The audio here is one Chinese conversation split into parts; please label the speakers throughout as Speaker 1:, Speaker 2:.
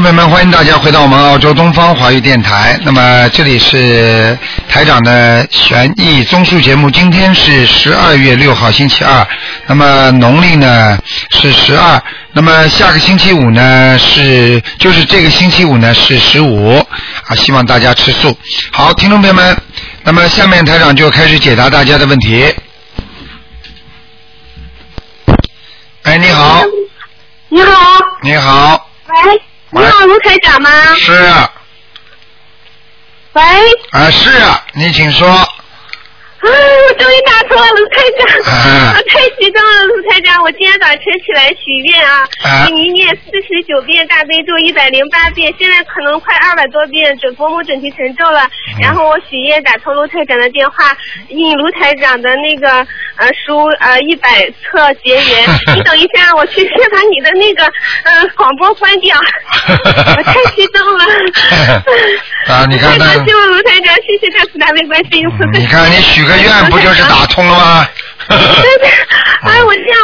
Speaker 1: 朋友们，欢迎大家回到我们澳洲东方华语电台。那么这里是台长的悬疑综述节目，今天是十二月六号星期二，那么农历呢是十二，那么下个星期五呢是就是这个星期五呢是十五啊，希望大家吃素。好，听众朋友们，那么下面台长就开始解答大家的问题。哎，你好，
Speaker 2: 你好，
Speaker 1: 你好，
Speaker 2: 喂，你好，卢台长吗？
Speaker 1: 是啊。
Speaker 2: 喂，啊，
Speaker 1: 啊，是啊，你请说。
Speaker 2: 哎我终于打通了，卢台长，
Speaker 1: 啊
Speaker 2: 我太激动了，卢台长，我今天早晨起来许愿啊，
Speaker 1: 啊。
Speaker 2: 给您念四十九遍大悲咒，一百零八遍，现在可能快二百多遍准佛母准提神咒了。然后我许愿打通卢台长的电话，印卢台长的那个呃书呃一百册结缘。你等一下，我去先把你的那个呃广播关掉，我太激动了
Speaker 1: 啊你看
Speaker 2: 太高
Speaker 1: 那嗯
Speaker 2: 兴了，卢台长，谢谢大慈大悲观世音菩萨。
Speaker 1: 你看，你许个愿不就是打通了吗？
Speaker 2: 真的，哎，我这样，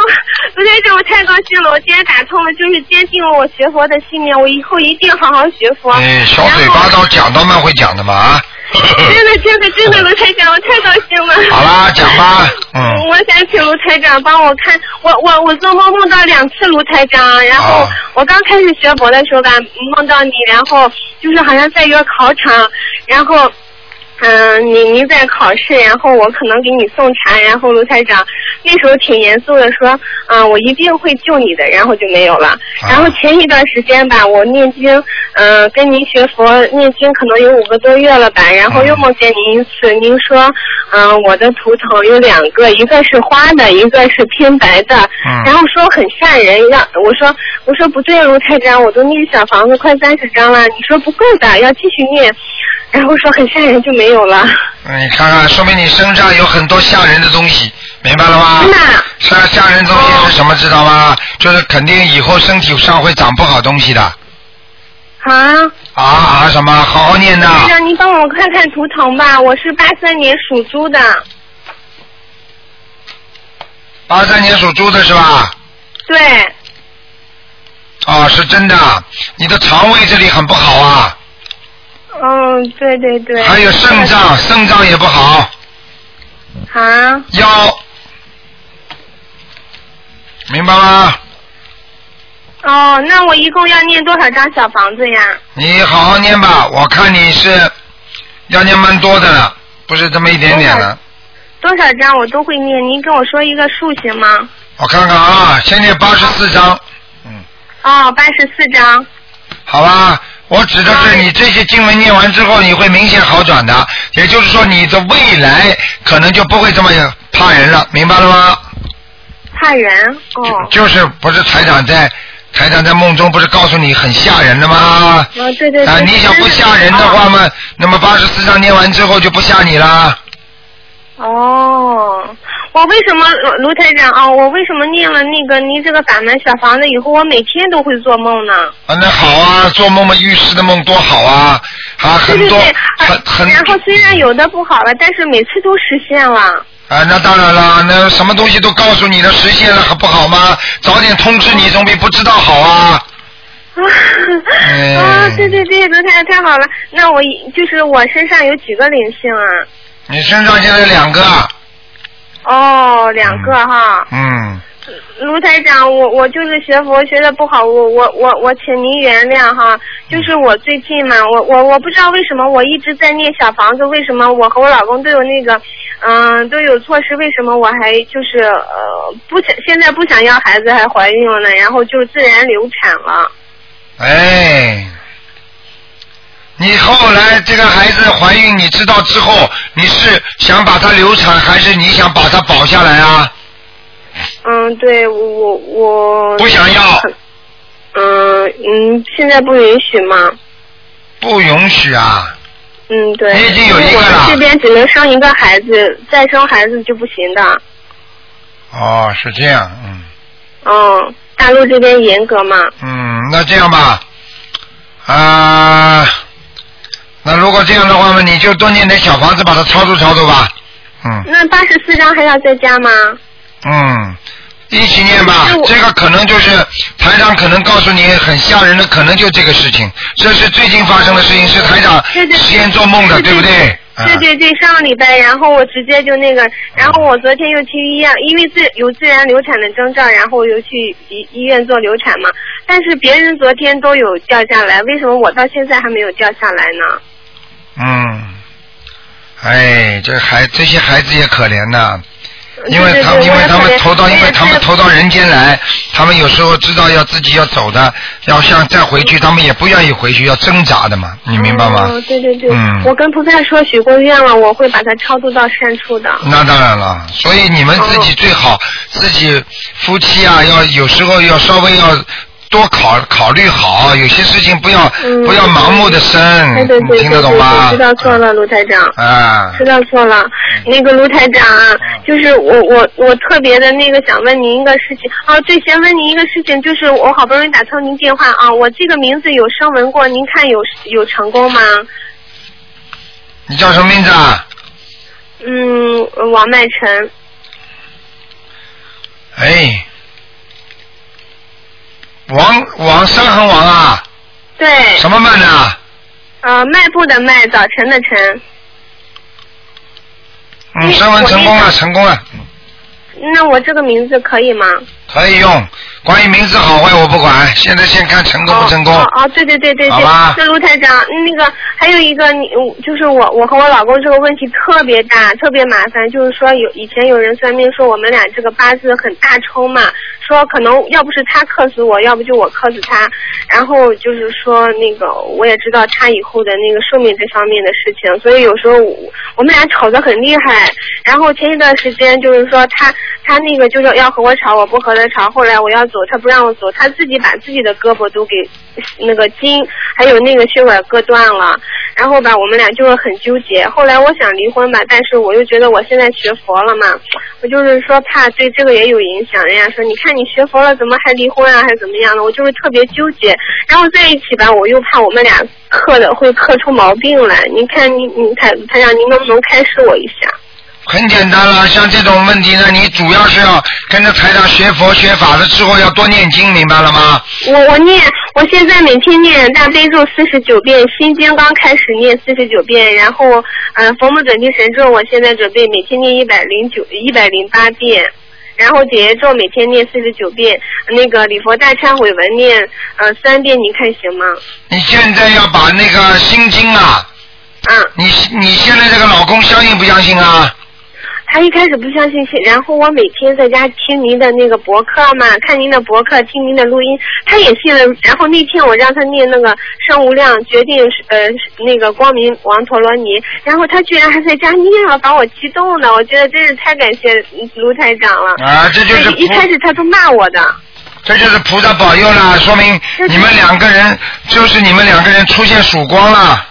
Speaker 2: 我在这，我太高兴了！我今天打通了，就是坚定了我学佛的信念，我以后一定好好学佛。
Speaker 1: 哎，小嘴巴
Speaker 2: 然后
Speaker 1: 刀讲到慢会讲的嘛啊！
Speaker 2: 真的，真的，真的，卢台长，我太高 兴了。
Speaker 1: 好啦，讲吧，嗯，
Speaker 2: 我想请卢台长帮我看，我我我做梦梦到两次卢台长，然后
Speaker 1: 啊
Speaker 2: 我刚开始学佛的时候吧，梦到你，然后就是好像在一个考场，然后。嗯，你您在考试，然后我可能给你送茶，然后卢台长那时候挺严肃的说，嗯，我一定会救你的，然后就没有了。然后前一段时间吧，我念经，嗯、跟您学佛念经可能有五个多月了吧，然后又梦见您一次，您说，嗯、我的图腾有两个，一个是花的，一个是偏白的，
Speaker 1: 嗯
Speaker 2: 然后说很吓人，让我说我说不对，卢太长，我都念小房子快三十张了，你说不够的，要继续念，然后说很吓人就没有了，
Speaker 1: 你哎看看，说明你身上有很多吓人的东西，明白了吗
Speaker 2: 真？的啊。
Speaker 1: 吓吓人的东西是什么？知道吗？就是肯定以后身体上会长不好东西的
Speaker 2: 啊，
Speaker 1: 啊啊！什么？好好念呐
Speaker 2: 台！长，您帮我看看图腾吧。我是八三年属猪的，
Speaker 1: 八三年属猪的是吧？
Speaker 2: 对，
Speaker 1: 啊，是真的，你的肠胃这里很不好啊，
Speaker 2: 嗯，对对对。
Speaker 1: 还有肾脏，肾脏也不好，
Speaker 2: 啊，
Speaker 1: 腰，明白吗？
Speaker 2: 哦，那我一共要念多少张小房子呀？
Speaker 1: 你好好念吧，我看你是要念蛮多的了，不是这么一点点了。
Speaker 2: 多少张我都会念，您跟我说一个数行吗？
Speaker 1: 我看看啊，先念八十四章，嗯，
Speaker 2: 哦，八十四张。
Speaker 1: 好吧。我指的是你这些经文念完之后，你会明显好转的，也就是说你的未来可能就不会这么怕人了，明白了吗？
Speaker 2: 怕人
Speaker 1: 就
Speaker 2: 哦，
Speaker 1: 就是不是台长在台长在梦中不是告诉你很吓人的吗？
Speaker 2: 嗯，对对对。
Speaker 1: 啊，你想不吓人的话嘛，那么八十四章念完之后就不吓你啦。
Speaker 2: 哦，我为什么卢卢台长啊、我为什么念了那个您这个法门小房子以后，我每天都会做梦呢？
Speaker 1: 啊，那好啊，做梦嘛，预示的梦多好啊，啊，
Speaker 2: 对
Speaker 1: 很
Speaker 2: 对
Speaker 1: 多
Speaker 2: 对，
Speaker 1: 很
Speaker 2: 啊
Speaker 1: 很
Speaker 2: 然后虽然有的不好了，但是每次都实现了。
Speaker 1: 啊，那当然啦，那什么东西都告诉你了，实现了还不好吗？早点通知你总比不知道好啊。
Speaker 2: 啊
Speaker 1: 哎
Speaker 2: 啊！对对对，卢太太太好了。那我一就是我身上有几个灵性
Speaker 1: 你身上现在两个，
Speaker 2: 啊？哦，两个哈。
Speaker 1: 嗯，
Speaker 2: 卢台长，我我就是学佛学的不好，我我我我请您原谅哈。就是
Speaker 1: 嗯
Speaker 2: 我最近嘛，我我我不知道为什么我一直在念小房子，为什么我和我老公都有那个，嗯、都有措施，为什么我还就是呃不想现在不想要孩子，还怀孕了呢，然后就自然流产了。
Speaker 1: 哎，你后来这个孩子怀孕，你知道之后，你是想把她流产，还是你想把她保下来啊？
Speaker 2: 嗯，对我我我
Speaker 1: 不想要，
Speaker 2: 嗯嗯，现在不允许吗？
Speaker 1: 不允许啊。
Speaker 2: 嗯，对。
Speaker 1: 你已经有一个了
Speaker 2: 我们这边只能生一个孩子，再生孩子就不行的。
Speaker 1: 哦，是这样，嗯。
Speaker 2: 嗯，大陆这边严格嘛。
Speaker 1: 嗯，那这样吧，啊、那如果这样的话嘛，你就多念点小房子，把它超度超度吧。嗯
Speaker 2: 那八十四张还要再加吗？
Speaker 1: 嗯，一起念吧
Speaker 2: 是。我
Speaker 1: 这个可能就是台长可能告诉你很吓人的，可能就这个事情，这是最近发生的事情，是台长
Speaker 2: 对对
Speaker 1: 之前做梦的，
Speaker 2: 对
Speaker 1: 对不对？啊
Speaker 2: 对对对，上个礼拜，然后我直接就那个，然后我昨天又去医院，因为自有自然流产的征兆，然后我又去医医院做流产嘛。但是别人昨天都有掉下来，为什么我到现在还没有掉下来呢？
Speaker 1: 嗯，哎，这孩这些孩子也可怜呐，因
Speaker 2: 对
Speaker 1: 为
Speaker 2: 对
Speaker 1: 他
Speaker 2: 对
Speaker 1: 因
Speaker 2: 我
Speaker 1: 为
Speaker 2: 也
Speaker 1: 他们
Speaker 2: 可怜
Speaker 1: 投到因
Speaker 2: 我
Speaker 1: 为
Speaker 2: 也
Speaker 1: 他们
Speaker 2: 是
Speaker 1: 投到人间来，他们有时候知道要自己要走的，要想再回去，他们也不愿意回去，要挣扎的嘛，你明白吗？
Speaker 2: 哦、对对对，
Speaker 1: 嗯
Speaker 2: 我跟菩萨说许过愿了，我会把它超度到善处的。
Speaker 1: 那当然了，所以你们自
Speaker 2: 哦
Speaker 1: 己最好、自己夫妻啊，要有时候要稍微要多考考虑好，有些事情不要、
Speaker 2: 嗯
Speaker 1: 不要盲目的生，
Speaker 2: 哎，对对
Speaker 1: 你
Speaker 2: 对
Speaker 1: 嗯听得
Speaker 2: 对
Speaker 1: 懂嗯吗？
Speaker 2: 对，知道错了，卢台长。
Speaker 1: 啊，
Speaker 2: 知道错了，那个卢台长啊，就是我我我特别的那个想问您一个事情啊，对，先问您一个事情，就是我好不容易打通您电话啊，我这个名字有声纹过，您看有有成功吗？
Speaker 1: 你叫什么名字啊？
Speaker 2: 嗯，王麦晨，
Speaker 1: 哎，王王三横王啊，
Speaker 2: 对，
Speaker 1: 什么曼啊？
Speaker 2: 呃，迈步的迈，早晨的晨，
Speaker 1: 嗯，
Speaker 2: 哎
Speaker 1: 升温成功
Speaker 2: 我
Speaker 1: 了，
Speaker 2: 那个
Speaker 1: 成功了，
Speaker 2: 那我这个名字可以吗？
Speaker 1: 可以用。关于名字好坏我不管，现在先看成功不成功。
Speaker 2: 哦哦，哦对对对对对。
Speaker 1: 好吧
Speaker 2: 那卢台长，嗯那个还有一个，你就是我我和我老公这个问题特别大，特别麻烦，就是说有以前有人算命说我们俩这个八字很大冲嘛，说可能要不是他克死我，要不就我克死他，然后就是说那个我也知道他以后的那个寿命这方面的事情，所以有时候我我们俩吵得很厉害。然后前一段时间就是说他他那个就是要和我吵，我不和他吵，后来我要走，他不让我走，他自己把自己的胳膊都给那个筋还有那个血管割断了，然后吧我们俩就是很纠结。后来我想离婚吧，但是我又觉得我现在学佛了嘛，我就是说怕对这个也有影响。人家说你看你学佛了，怎么还离婚啊，还是怎么样的？我就是特别纠结。然后在一起吧，我又怕我们俩克的会克出毛病来。您看你你台台长，您能不能开示我一下？
Speaker 1: 很简单了，像这种问题呢，你主要是要跟着台长学佛学法了之后，要多念经，明白了吗？
Speaker 2: 我我念，我现在每天念大悲咒四十九遍，心经刚开始念四十九遍，然后呃佛母准提神咒，我现在准备每天念一百零九一百零八遍，然后解结咒每天念四十九遍，那个礼佛大忏悔文念呃三遍，您看行吗？
Speaker 1: 你现在要把那个心经啊，
Speaker 2: 嗯，
Speaker 1: 你你现在这个老公相信不相信啊？
Speaker 2: 他一开始不相信，然后我每天在家听您的那个博客嘛，看您的博客，听您的录音，他也信了。然后那天我让他念那个《圣无量决定》呃那个光明王陀罗尼，然后他居然还在家念了，把我激动的，我觉得真是太感谢卢台长了。
Speaker 1: 啊，这就是
Speaker 2: 哦一
Speaker 1: 菩
Speaker 2: 开始他都骂我的，
Speaker 1: 这就是菩萨保佑了，说明你们两个人就是你们两个人出现曙光了，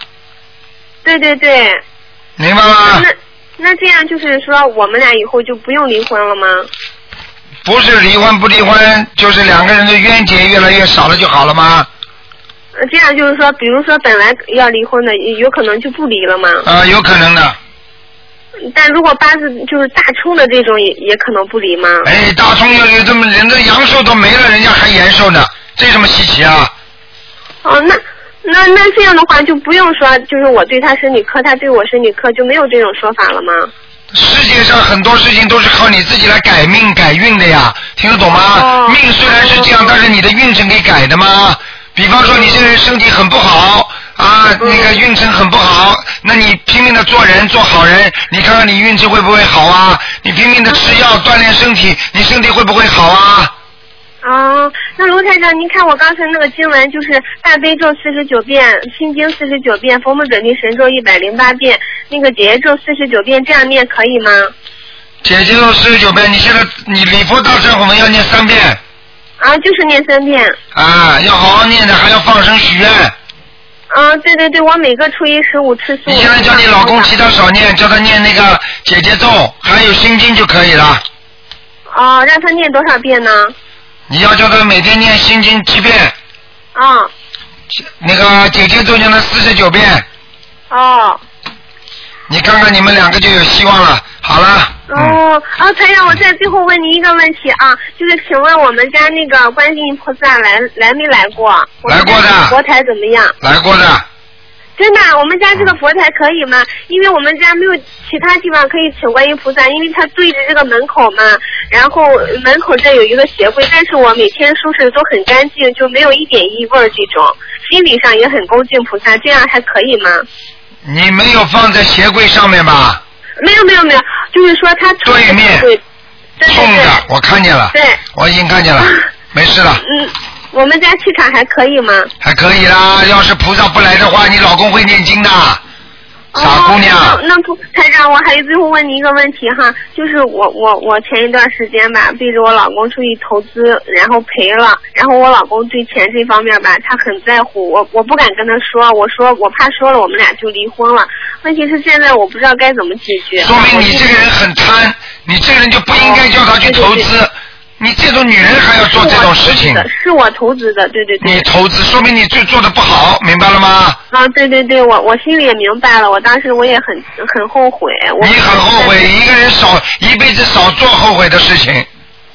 Speaker 2: 对对对，
Speaker 1: 明白吗？
Speaker 2: 那那这样就是说我们俩以后就不用离婚了吗？
Speaker 1: 不是离婚不离婚，就是两个人的冤结越来越少了就好了吗？
Speaker 2: 呃这样就是说，比如说本来要离婚的，有可能就不离了吗？
Speaker 1: 啊，有可能的。
Speaker 2: 但如果八字就是大冲的这种也，也可能不离吗？
Speaker 1: 哎，大葱又有这么人的阳寿都没了，人家还延寿呢，这什么稀奇啊？
Speaker 2: 哦，那那那这样的话，就不用说，就是我对他身体克，他对我身体克，就没有这种说法了吗？
Speaker 1: 世界上很多事情都是靠你自己来改命改运的呀，听得懂吗？
Speaker 2: 哦
Speaker 1: 命虽然是这样，但是你的运程给改的嘛。比方说你这个人身体很不好啊，那个运程很不好，那你拼命的做人做好人，你看看你运气会不会好啊？你拼命的吃药锻炼身体，你身体会不会好啊？
Speaker 2: 啊、那卢台长，您看我刚才那个经文，就是大悲咒四十九遍，心经四十九遍，佛母准提神咒一百零八遍，那个解业咒四十九遍，这样念可以吗？
Speaker 1: 姐姐咒四十九遍，你现在你礼佛大忏悔文要念三遍
Speaker 2: 啊，就是念三遍。
Speaker 1: 啊，要好好念的，还要放生许愿。
Speaker 2: 啊，对对对，我每个初一十五吃素。
Speaker 1: 你现在叫你老公其他少念，叫他念那个姐姐咒，还有心经就可以了。
Speaker 2: 哦，让他念多少遍呢？
Speaker 1: 你要叫他每天念心经七遍，
Speaker 2: 啊、
Speaker 1: 那个姐姐咒念了四十九遍，
Speaker 2: 哦，
Speaker 1: 你看看你们两个就有希望了。好了，嗯，
Speaker 2: 哦，啊，台长，我再最后问您一个问题啊，就是请问我们家那个观世音菩萨来来没来过？我们
Speaker 1: 来过的
Speaker 2: 家佛台怎么样？
Speaker 1: 来过的，
Speaker 2: 真的，啊我们家这个佛台可以吗？因为我们家没有其他地方可以请观音菩萨，因为它对着这个门口嘛。然后门口这有一个鞋柜，但是我每天收拾的都很干净，就没有一点异味儿这种。心理上也很恭敬菩萨，这样还可以吗？
Speaker 1: 你没有放在鞋柜上面吧？
Speaker 2: 没有没有没有，就是说他从
Speaker 1: 对面
Speaker 2: 对对对
Speaker 1: 冲着，我看见了
Speaker 2: 对，，啊对
Speaker 1: 我已经看见了，没事了，
Speaker 2: 嗯，我们家气场还可以吗？
Speaker 1: 还可以啦。要是菩萨不来的话，你老公会念经的，傻姑娘。
Speaker 2: 哦、那那不，台长，我还有最后问你一个问题哈，就是我我我前一段时间吧，背着我老公出去投资，然后赔了，然后我老公对钱这方面吧，他很在乎，我我不敢跟他说，我说我怕说了我们俩就离婚了。问题是现在我不知道该怎么解决。
Speaker 1: 说明你这个人很
Speaker 2: 嗯
Speaker 1: 贪，你这个人就不应
Speaker 2: 哦
Speaker 1: 该叫他去投资。你这种女人还要做这种事情，
Speaker 2: 是啊我投资的，对对对。
Speaker 1: 你投资说明你就做的不好，明白了吗？
Speaker 2: 啊，对对对，我我心里也明白了，我当时我也很很后悔。我
Speaker 1: 你很后悔，一个人少一辈子少做后悔的事情，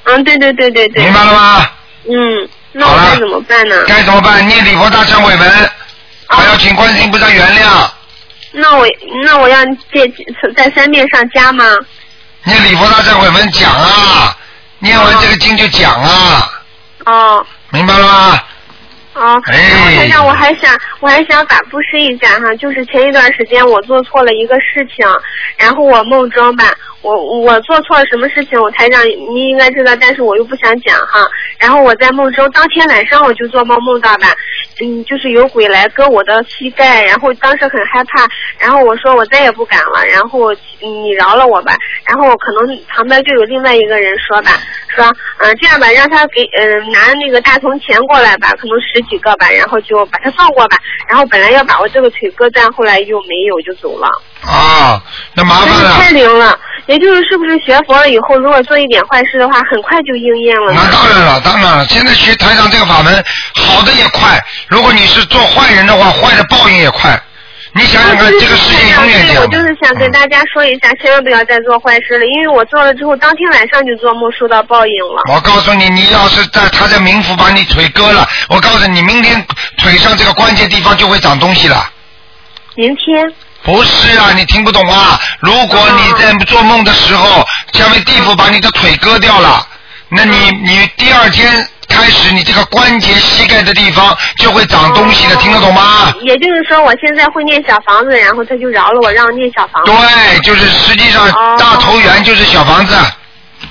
Speaker 2: 嗯，对对对对对。
Speaker 1: 明白了吗？
Speaker 2: 嗯，那
Speaker 1: 好
Speaker 2: 我
Speaker 1: 了
Speaker 2: 该怎么办呢？
Speaker 1: 该怎么办？念礼佛大忏悔
Speaker 2: 啊
Speaker 1: 文，还要请观世音菩萨原谅。
Speaker 2: 那我那我要借在三遍上加吗？
Speaker 1: 念礼佛大忏悔文讲啊，念完这个经就讲啊，
Speaker 2: 哦
Speaker 1: 明白了吗？
Speaker 2: 哦，
Speaker 1: 哎
Speaker 2: 然后台长，我还想我还想法布施一下哈，就是前一段时间我做错了一个事情，然后我梦中吧，我我做错了什么事情，我台长您应该知道，但是我又不想讲哈。然后我在梦中当天晚上我就做梦梦到吧，嗯，就是有鬼来割我的膝盖，然后当时很害怕，然后我说我再也不敢了，然后嗯你饶了我吧，然后可能旁边就有另外一个人说吧，说嗯、呃这样吧，让他给嗯、拿那个大铜钱过来吧，可能十几个吧，然后就把他放过吧，然后本来要把我这个腿割断，后来又没有就走了，
Speaker 1: 啊，那麻
Speaker 2: 真
Speaker 1: 烦
Speaker 2: 是
Speaker 1: 了。
Speaker 2: 太灵了，也就是是不是学佛了以后，如果做一点坏事的话，很快就应验了呢
Speaker 1: 那？当然了，当然了，现在学台长这个法门，好的也快。如果你是做坏人的话，坏的报应也快。你想想看，这个事情永远这嗯
Speaker 2: 对，
Speaker 1: 样
Speaker 2: 我
Speaker 1: 的。
Speaker 2: 就是想跟大家说一下，千万不要再做坏事了，因为我做了之后，当天晚上就做梦收到报应了。
Speaker 1: 我告诉你，你要是在他在冥府把你腿割了，我告诉你，明天腿上这个关节地方就会长东西了。嗯
Speaker 2: 明天
Speaker 1: 不是啊，你听不懂啊！如果你在做梦的时候，下面地府把你的腿割掉了，那你
Speaker 2: 嗯
Speaker 1: 你第二天开始，你这个关节膝盖的地方就会长东西的，听得懂吗？
Speaker 2: 也就是说，我现在会念小房子，然后他就饶了我，让我念小房子。
Speaker 1: 对，就是实际上
Speaker 2: 啊哦
Speaker 1: 大投缘就是小房子，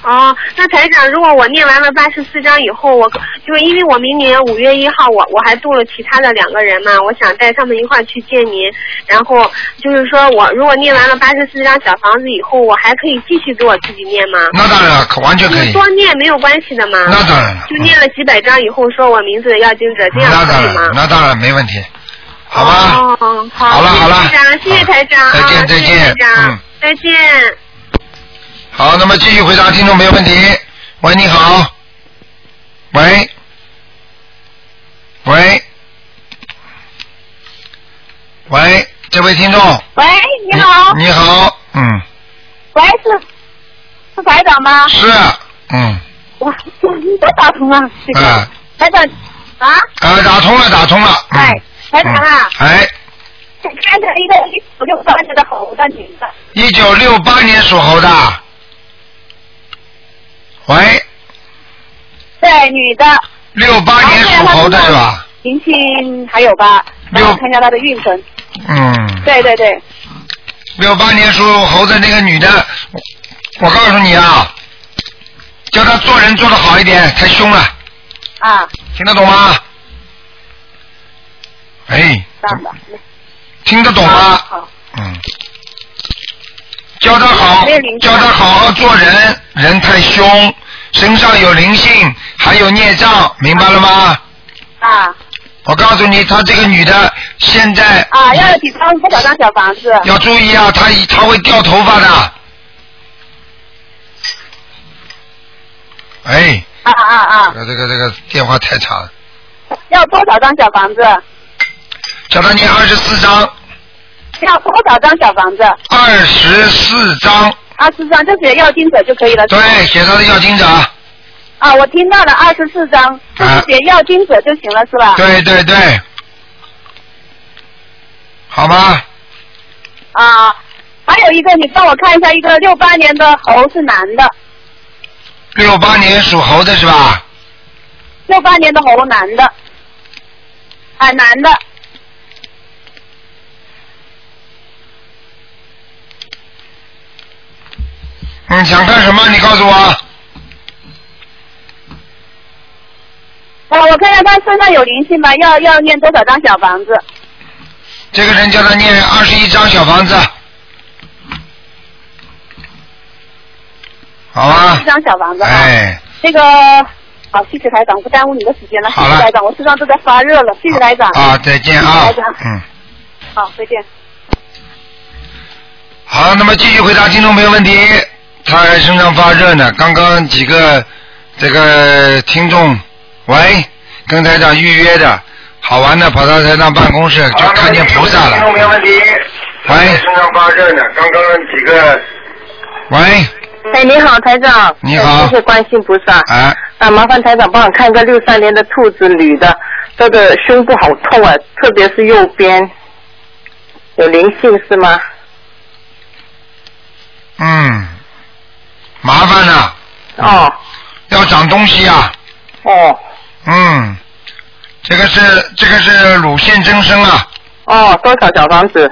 Speaker 2: 哦，那台长，如果我念完了八十四章以后，我就是因为我明年五月一号我，我还度了其他的两个人嘛，我想带他们一块儿去见您。然后就是说我如果念完了八十四章小房子以后，我还可以继续给我自己念吗？
Speaker 1: 那当然了，可完全嗯
Speaker 2: 就
Speaker 1: 可
Speaker 2: 是
Speaker 1: 以，
Speaker 2: 多念没有关系的嘛。
Speaker 1: 那当然了
Speaker 2: 就，念了几百章以后，说我名字的要经者，这样
Speaker 1: 那
Speaker 2: 可
Speaker 1: 当
Speaker 2: 以
Speaker 1: 然
Speaker 2: 吗
Speaker 1: 了，？那当然没问题，好吧？
Speaker 2: 哦，好，
Speaker 1: 好了好了
Speaker 2: 谢谢台长，谢谢台长，
Speaker 1: 再见
Speaker 2: 啊
Speaker 1: 再见
Speaker 2: 谢谢台长
Speaker 1: 嗯
Speaker 2: 再见。
Speaker 1: 好，那么继续回答听众没有问题。喂，你好，喂，喂，喂，这位听众，
Speaker 3: 喂，你好，
Speaker 1: 你好，嗯，
Speaker 3: 喂，是是台长
Speaker 2: 啊
Speaker 3: 吗？
Speaker 1: 是，嗯，
Speaker 3: 我你都打通了，这个、
Speaker 1: 啊
Speaker 3: 台长啊，
Speaker 1: 啊，打通了，打通了，嗯
Speaker 3: 哎，台长啊
Speaker 1: 嗯，哎，
Speaker 3: 看着一个一九六八年的猴的女的，
Speaker 1: 一九六八年属猴的，喂。
Speaker 3: 对，女的，
Speaker 1: 六八年属猴的是吧？
Speaker 3: 灵性还有吧？
Speaker 1: 六
Speaker 3: 然后看一下她的运程，
Speaker 1: 嗯，
Speaker 3: 对对对，
Speaker 1: 六八年属猴的那个女的，我告诉你啊，叫她做人做得好一点，太凶了，
Speaker 3: 啊，
Speaker 1: 听得懂吗？哎，
Speaker 3: 这样的，
Speaker 1: 听得懂
Speaker 3: 啊
Speaker 1: 吗？
Speaker 3: 好，
Speaker 1: 嗯，教他好
Speaker 3: 没有灵，性
Speaker 1: 教他好好做人，人太凶，身上有灵性，还有孽障，明白了吗？
Speaker 3: 啊
Speaker 1: 我告诉你，她这个女的现在
Speaker 3: 啊，要有几张多少张小房子？
Speaker 1: 要注意啊，她她会掉头发的。哎，
Speaker 3: 啊啊啊，
Speaker 1: 这个这个电话太长了，
Speaker 3: 要多少张小房子？
Speaker 1: 叫他念二十四章，
Speaker 3: 要多少张小房子？
Speaker 1: 二十四章，
Speaker 3: 二十张，就写要经者就可以了。是吗
Speaker 1: 对，写他的要经者，
Speaker 3: 啊，我听到了二十四张，就是写要经者就行了，是吧？
Speaker 1: 啊对对对，好吗？
Speaker 3: 啊，还有一个，你帮我看一下，一个六八年的猴是男的，
Speaker 1: 六八年属猴的是吧？
Speaker 3: 六八年的猴男的，啊，男的，
Speaker 1: 嗯，想看什么？你告诉我。
Speaker 3: 啊，我看看他身上有灵性吧，要要念多少张小房子？
Speaker 1: 这个人叫他念二十一张小房子，好吗
Speaker 3: 一？张小房子啊。
Speaker 1: 哎，
Speaker 3: 那个，好，谢谢台长，不耽误你的时间了。
Speaker 1: 好了
Speaker 3: 谢谢台长，我身上都在发热了，谢谢台长。
Speaker 1: 啊，再见啊
Speaker 3: 谢谢台，长
Speaker 1: 嗯。
Speaker 3: 好，再见。
Speaker 1: 好，那么继续回答听众朋友问题。他还身上发热呢，刚刚几个这个听众，喂，跟台长预约的，好玩的跑到台长办公室就看见菩萨
Speaker 4: 听众
Speaker 1: 了。
Speaker 4: 没问题。
Speaker 1: 喂
Speaker 4: 身上发热呢，刚刚几个
Speaker 1: 喂，
Speaker 5: 哎，你好，台长。哎
Speaker 1: 你好
Speaker 5: 谢谢观世音菩萨。
Speaker 1: 啊，
Speaker 5: 啊，麻烦台长帮我看个六三年的兔子女的，她的胸部好痛啊，特别是右边有灵性是吗？
Speaker 1: 嗯，麻烦了，嗯
Speaker 5: 哦
Speaker 1: 要长东西啊，
Speaker 5: 哦
Speaker 1: 嗯，这个是这个是乳腺增生啊，
Speaker 5: 哦，多少小房子？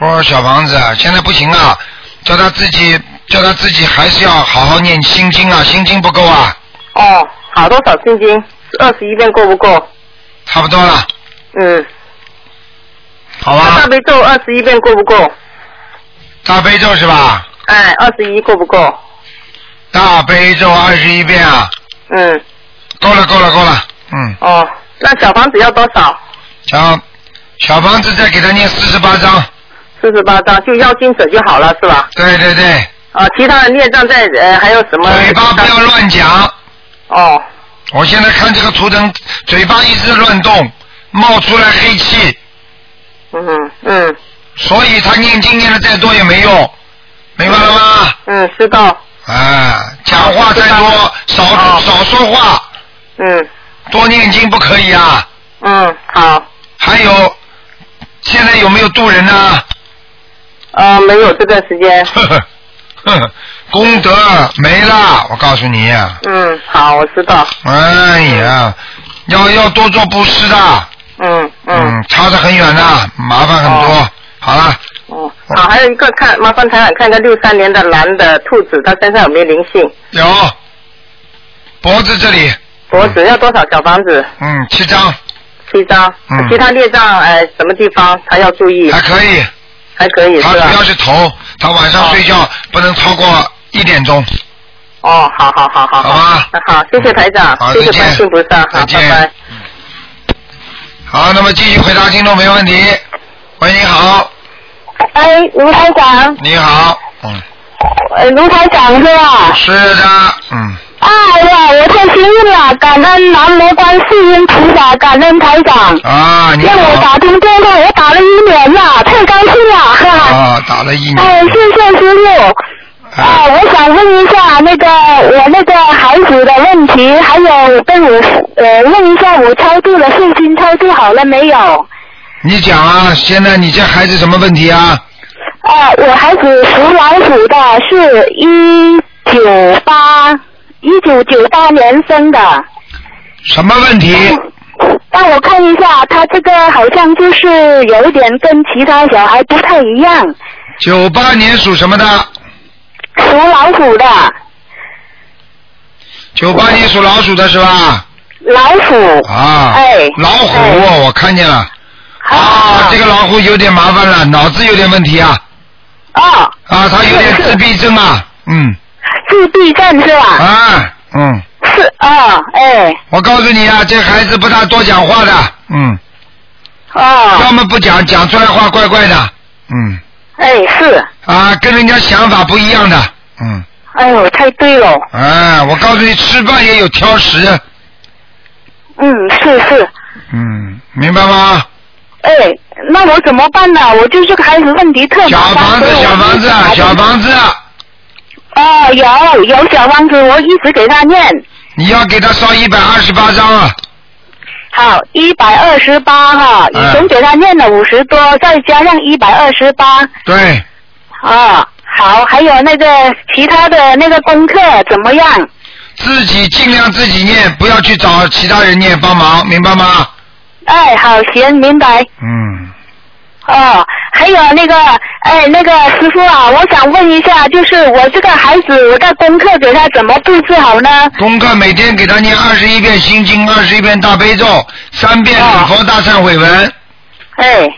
Speaker 1: 说小房子啊现在不行啊，叫他自己叫他自己还是要好好念心经啊，心经不够啊，
Speaker 5: 哦，好多少现金？二十一遍够不够？
Speaker 1: 差不多了，
Speaker 5: 嗯，
Speaker 1: 好
Speaker 5: 那
Speaker 1: 吧
Speaker 5: 大，悲咒二十一遍够不够？
Speaker 1: 大悲咒是吧？
Speaker 5: 哎，二十一够不够？
Speaker 1: 大悲咒二十一遍啊，
Speaker 5: 嗯，
Speaker 1: 够了够了够了，嗯，
Speaker 5: 哦，那小房子要多少？
Speaker 1: 小小房子再给他念四十八章，
Speaker 5: 四十八张，就要经者就好了是吧？
Speaker 1: 对对对，
Speaker 5: 啊，其他的孽障在呃还有什么？
Speaker 1: 嘴巴不要乱讲。
Speaker 5: 哦
Speaker 1: 我现在看这个图腾，嘴巴一直乱动，冒出来黑气，
Speaker 5: 嗯嗯
Speaker 1: 所以他念经念的再多也没用，明白了吗？
Speaker 5: 嗯，知道，
Speaker 1: 啊，讲话再
Speaker 5: 哦
Speaker 1: 多，少
Speaker 5: 哦
Speaker 1: 少说话，
Speaker 5: 嗯
Speaker 1: 多念经不可以啊。
Speaker 5: 嗯，好，
Speaker 1: 还有，现在有没有渡人啊呢、
Speaker 5: 呃，没有这段时间，
Speaker 1: 呵呵，呵呵， 功德没了，我告诉你、啊
Speaker 5: 嗯，好，我知道，
Speaker 1: 哎呀，要要多做布施的，
Speaker 5: 嗯嗯，
Speaker 1: 嗯，差得很远的，麻烦很多。
Speaker 5: 哦
Speaker 1: 好了，
Speaker 5: 哦，好，还有一个看，麻烦台长看一个六三年的男的兔子，他身上有没有灵性？
Speaker 1: 有脖子这里，
Speaker 5: 脖子要多少小房子？
Speaker 1: 嗯，七张
Speaker 5: 七张，
Speaker 1: 嗯
Speaker 5: 其他孽障呃什么地方他要注意？
Speaker 1: 还可以。
Speaker 5: 还可以
Speaker 1: 他
Speaker 5: 是啊
Speaker 1: 主要
Speaker 5: 吧？
Speaker 1: 是头，他晚上
Speaker 5: 哦
Speaker 1: 睡觉不能超过一点钟。
Speaker 5: 哦，好好好
Speaker 1: 好
Speaker 5: 好
Speaker 1: 吧
Speaker 5: 那好，谢谢台长
Speaker 1: 好，
Speaker 5: 谢谢
Speaker 1: 再见
Speaker 5: 观世音菩萨，
Speaker 1: 再
Speaker 5: 好，
Speaker 1: 见
Speaker 5: 拜拜。
Speaker 1: 好，那么继续回答听众没问题。喂，你好，
Speaker 3: 哎，卢台长，
Speaker 1: 你好，嗯，
Speaker 3: 呃，卢台长是吧？
Speaker 1: 是的，嗯，
Speaker 3: 哎呀，我太幸运了，啊感恩南无观世音菩萨，感恩台长。
Speaker 1: 啊，你
Speaker 3: 让我
Speaker 1: 好，
Speaker 3: 打通电话，我打了一年了，太高兴了，哈哈。
Speaker 1: 啊，打了一
Speaker 3: 哎，
Speaker 1: 年
Speaker 3: 谢，谢师傅。啊，
Speaker 1: 啊，
Speaker 3: 我想问一下那个我那个孩子的问题，还有跟我呃问一下我超度了父亲超度好了没有？
Speaker 1: 你讲啊，现在你这孩子什么问题啊？
Speaker 3: 啊，我孩子属老虎的，是一九八一九九八年生的。
Speaker 1: 什么问题？
Speaker 3: 让我看一下，他这个好像就是有一点跟其他小孩不太一样，
Speaker 1: 九八年属什么的？
Speaker 3: 属老虎的，
Speaker 1: 九八年属老鼠的是吧？
Speaker 3: 老虎。
Speaker 1: 啊，
Speaker 3: 哎
Speaker 1: 老虎，哦
Speaker 3: 哎
Speaker 1: 我看见了。
Speaker 3: 啊
Speaker 1: 啊，这个老虎有点麻烦了，脑子有点问题啊，
Speaker 3: 哦，
Speaker 1: 啊，他有点自闭症啊，嗯，
Speaker 3: 自闭症是吧？
Speaker 1: 啊，嗯，
Speaker 3: 是啊，哎，
Speaker 1: 我告诉你啊，这孩子不大多讲话的，
Speaker 3: 啊
Speaker 1: 嗯，要
Speaker 3: 哦，
Speaker 1: 么不讲，讲出来话怪怪的，嗯，
Speaker 3: 哎是，
Speaker 1: 啊，跟人家想法不一样的，嗯，
Speaker 3: 哎呦，太对了，
Speaker 1: 啊，我告诉你，吃饭也有挑食，
Speaker 3: 嗯，是是，
Speaker 1: 嗯，明白吗？
Speaker 3: 哎，那我怎么办呢？我就是这个孩子问题特
Speaker 1: 小
Speaker 3: 哎麻
Speaker 1: 房
Speaker 3: 烦，
Speaker 1: 子
Speaker 3: 所以，我
Speaker 1: 小房子，啊小房子，
Speaker 3: 哦，有有小房子，我一直给他念。
Speaker 1: 你要给他烧一百二十八张啊！
Speaker 3: 好，一百二十八哈，
Speaker 1: 嗯
Speaker 3: 以前给他念了五十多，再加上一百二十八，
Speaker 1: 对，
Speaker 3: 啊，好，还有那个其他的那个功课怎么样？
Speaker 1: 自己尽量自己念，不要去找其他人念帮忙，明白吗？
Speaker 3: 哎，好，行，明白。
Speaker 1: 嗯，
Speaker 3: 哦，还有那个，哎，那个师傅啊，我想问一下，就是我这个孩子，我的功课给他怎么布置好呢？
Speaker 1: 功课每天给他念二十一遍心经，二十一遍大悲咒，三遍礼佛大忏悔文，
Speaker 3: 哎，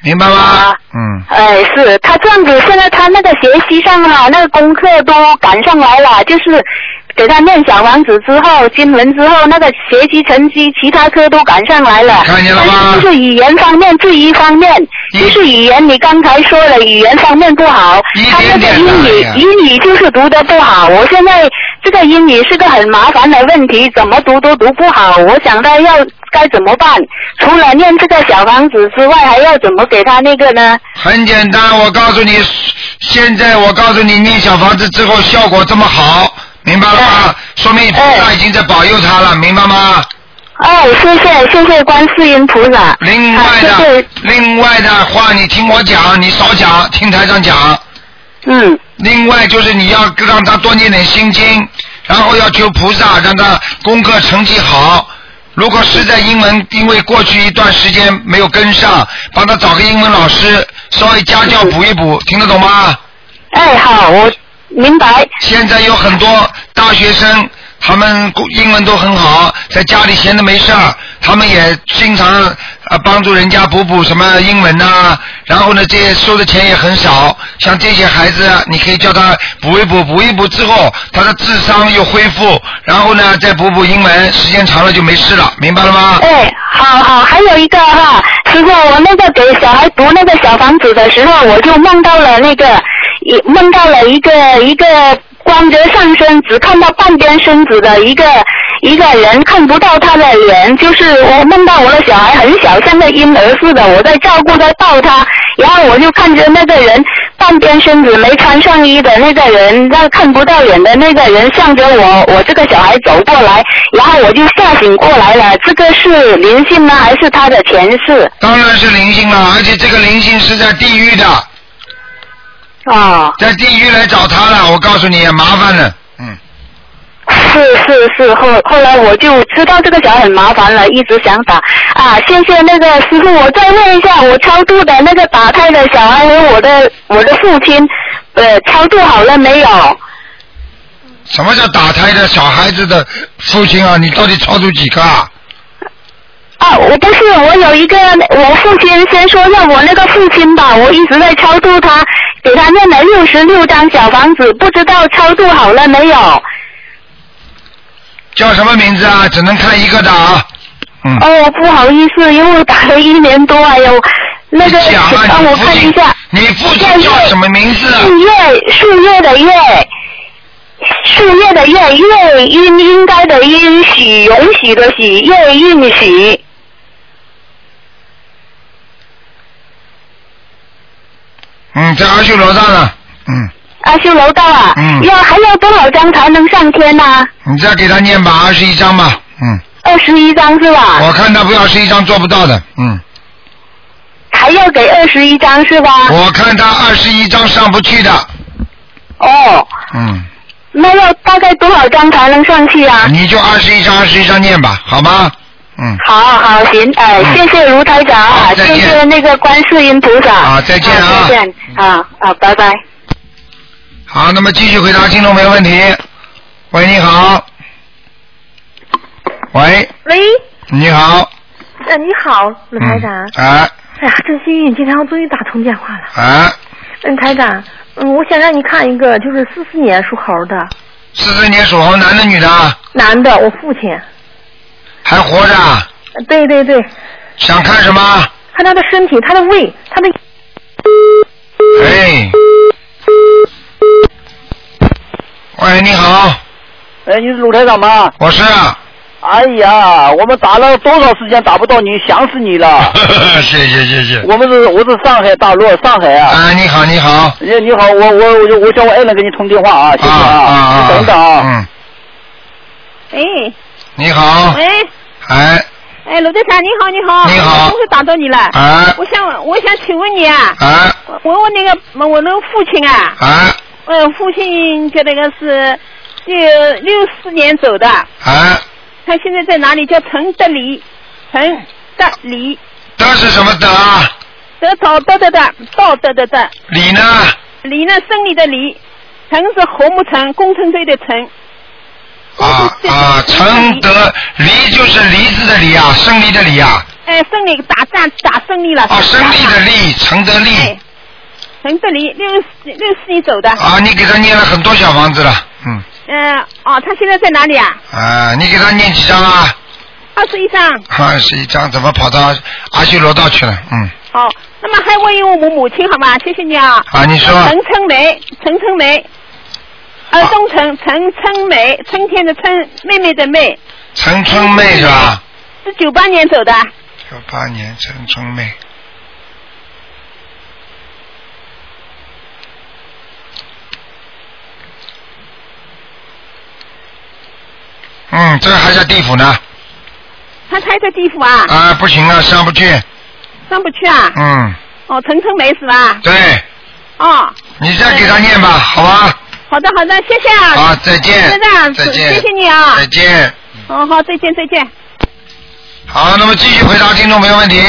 Speaker 1: 明白吗
Speaker 3: 啊？
Speaker 1: 嗯，
Speaker 3: 哎，是他这样子，现在他那个学习上哈、那个功课都赶上来了，就是给他念小王子之后，经文之后，那个学习成绩其他科都赶上来了。
Speaker 1: 看见了吗
Speaker 3: 但是就是语言方面，这一方面，
Speaker 1: 一
Speaker 3: 就是语言，你刚才说了，语言方面不好，
Speaker 1: 一
Speaker 3: 他
Speaker 1: 点
Speaker 3: 那
Speaker 1: 点
Speaker 3: 个
Speaker 1: 的
Speaker 3: 英
Speaker 1: 哎呀
Speaker 3: 语英语就是读的不好。我现在这个英语是个很麻烦的问题，怎么读都读不好。我想到要该怎么办？除了念这个小房子之外，还要怎么给他那个呢？
Speaker 1: 很简单，我告诉你，现在我告诉你，念小房子之后效果这么好，明白了吗？说明菩萨已经在保佑他了，明白吗？
Speaker 3: 哦，谢谢谢谢观世音菩萨。
Speaker 1: 另外
Speaker 3: 啊谢
Speaker 1: 的
Speaker 3: 谢，
Speaker 1: 另外的话，你听我讲，你少讲，听台上讲。
Speaker 3: 嗯，
Speaker 1: 另外就是你要让他多念点心经，然后要求菩萨让他功课成绩好。如果实在英文因为过去一段时间没有跟上，帮他找个英文老师稍微家教补一补，听得懂吗？
Speaker 3: 哎，好，我明白。
Speaker 1: 现在有很多大学生，他们英文都很好，在家里闲着没事儿，他们也经常呃帮助人家补补什么英文呐、然后呢，这些收的钱也很少。像这些孩子，你可以叫他补一补，补一补之后，他的智商又恢复，然后呢，再补补英文，时间长了就没事了，明白了吗？
Speaker 3: 哎，好好，还有一个哈，师傅，我那个给小孩读那个小房子的时候，我就梦到了那个，一梦到了一个一个光着上身，只看到半边身子的一个一个人，看不到他的脸，就是我梦到我的小孩很小，像个婴儿似的，我在照顾他抱他，然后我就看着那个人半边身子没穿上衣的那个人，那看不到脸的那个人向着我我这个小孩走过来，然后我就吓醒过来了。这个是灵性呢，还是他的前世？
Speaker 1: 当然是灵性了，而且这个灵性是在地狱的，
Speaker 3: 哦，
Speaker 1: 在地狱来找他了，我告诉你，麻烦了，嗯。
Speaker 3: 是是是，后后来我就知道这个小孩很麻烦了，一直想打啊。谢谢那个师傅，我再问一下，我超度的那个打胎的小孩和我的我的父亲，呃，超度好了没有？
Speaker 1: 什么叫打胎的小孩子的父亲啊？你到底超度几个啊？
Speaker 3: 啊，我不是，我有一个，我父亲先说让我那个父亲吧，我一直在超度他，给他念了六十六张小房子，不知道超度好了没有？哦
Speaker 1: 叫什么名字啊？只能看一个的啊。嗯。
Speaker 3: 哦，不好意思，因为我打了一年多，哎呦，那个，
Speaker 1: 你讲啊，
Speaker 3: 帮
Speaker 1: 你
Speaker 3: 我
Speaker 1: 父
Speaker 3: 看一
Speaker 1: 亲
Speaker 3: 下，，嗯
Speaker 1: 你父亲叫什么名字啊？
Speaker 3: 树叶，树叶的叶，树叶的叶，叶应应该的应，许允许的许，叶应许。
Speaker 1: 嗯，在阿修罗上了。嗯，
Speaker 3: 阿修楼道啊，
Speaker 1: 嗯
Speaker 3: 要还要多少张才能上天啊呐、
Speaker 1: 你再给他念吧，二十一章吧。嗯，
Speaker 3: 二十一张是吧？
Speaker 1: 我看他不要十一章做不到的。嗯，
Speaker 3: 还要给二十一张是吧？
Speaker 1: 我看他二十一章上不去的。
Speaker 3: 哦，
Speaker 1: 嗯，
Speaker 3: 那要大概多少张才能上去啊？
Speaker 1: 你就二十一章，二十一章念吧，好吗？嗯，
Speaker 3: 好好行，哎、
Speaker 1: 嗯
Speaker 3: 谢谢卢台长啊
Speaker 1: 好，再
Speaker 3: 谢
Speaker 1: 见
Speaker 3: 谢那个观世音菩萨。
Speaker 1: 好再见啊
Speaker 3: 再见啊啊，拜拜。
Speaker 1: 好，那么继续回答听众朋友问题。喂，你好。喂，
Speaker 6: 喂，
Speaker 1: 你好。
Speaker 6: 呃，你好，鲁台长。
Speaker 1: 嗯啊
Speaker 6: 哎呀，真幸运，今天我终于打通电话了。
Speaker 1: 啊！
Speaker 6: 嗯，台长，嗯，我想让你看一个，就是四四年属猴的
Speaker 1: 四十年属猴，男的女的啊，
Speaker 6: 男的，我父亲。
Speaker 1: 还活着啊？
Speaker 6: 呃对对对，
Speaker 1: 想看什么？
Speaker 6: 看他的身体，他的胃，他的
Speaker 1: 哎。喂，你好，
Speaker 7: 哎，你是鲁台长吗？
Speaker 1: 我是啊
Speaker 5: 哎呀，我们打了多少时间打不到你，想死 你了。
Speaker 1: 谢谢谢谢。
Speaker 5: 我们是我是上海大陆，上海啊。
Speaker 1: 啊，
Speaker 5: 哎
Speaker 1: 你好你好。
Speaker 5: 你你好，我我我我叫我爱人给你通电话啊，谢谢
Speaker 1: 啊啊！
Speaker 5: 你等等啊。
Speaker 1: 嗯，
Speaker 3: 哎，
Speaker 1: 你好，
Speaker 3: 喂，
Speaker 1: 哎
Speaker 3: 哎，罗队长，你好，你好，
Speaker 1: 你好
Speaker 3: 我终于打到你了。
Speaker 1: 哎
Speaker 3: 我想，我想请问你啊，
Speaker 1: 哎
Speaker 3: 我我那个我那个父亲啊，
Speaker 1: 哎
Speaker 3: 呃，父亲就那个是六六四年走的，
Speaker 1: 哎，
Speaker 3: 他现在在哪里？叫陈德礼，陈德礼，
Speaker 1: 德是什么德啊？
Speaker 3: 得道德的德，道德的德，
Speaker 1: 礼呢？
Speaker 3: 礼呢生理的礼，陈是侯木陈，工程队的陈，
Speaker 1: 啊啊，承德离就是梨子的梨啊，生梨的梨啊，
Speaker 3: 哎，胜利打战打胜利了。
Speaker 1: 哦，生
Speaker 3: 打
Speaker 1: 利的利，承德利
Speaker 3: 哎，陈德礼六四六四年走的。
Speaker 1: 啊，你给他念了很多小房子了，嗯，
Speaker 3: 嗯，哦，他现在在哪里啊？
Speaker 1: 啊，你给他念几张啊？
Speaker 3: 二十一张。
Speaker 1: 二十一张，怎么跑到阿修罗道去了？嗯，
Speaker 3: 好，那么还问一问我母亲好吗？谢谢你啊。
Speaker 1: 啊，你说，
Speaker 3: 陈春梅，陈春梅，呃，东城陈春梅，春天的春，妹妹的妹，
Speaker 1: 陈春妹是吧？
Speaker 3: 是九八年走的。
Speaker 1: 九八年陈春妹。嗯，这个还在地府呢，
Speaker 3: 她还在地府啊，
Speaker 1: 啊，不行啊，上不去。
Speaker 3: 上不去啊。
Speaker 1: 嗯，
Speaker 3: 哦，陈春梅是吧？
Speaker 1: 对，
Speaker 3: 哦，
Speaker 1: 你再给他念吧，好吧？
Speaker 3: 好的好的，谢谢啊。
Speaker 1: 好，再见
Speaker 3: 先生，，
Speaker 1: 再见，
Speaker 3: 谢谢你啊。
Speaker 1: 再见。
Speaker 3: 哦，好，再见再见。
Speaker 1: 好，那么继续回答听众朋友问题。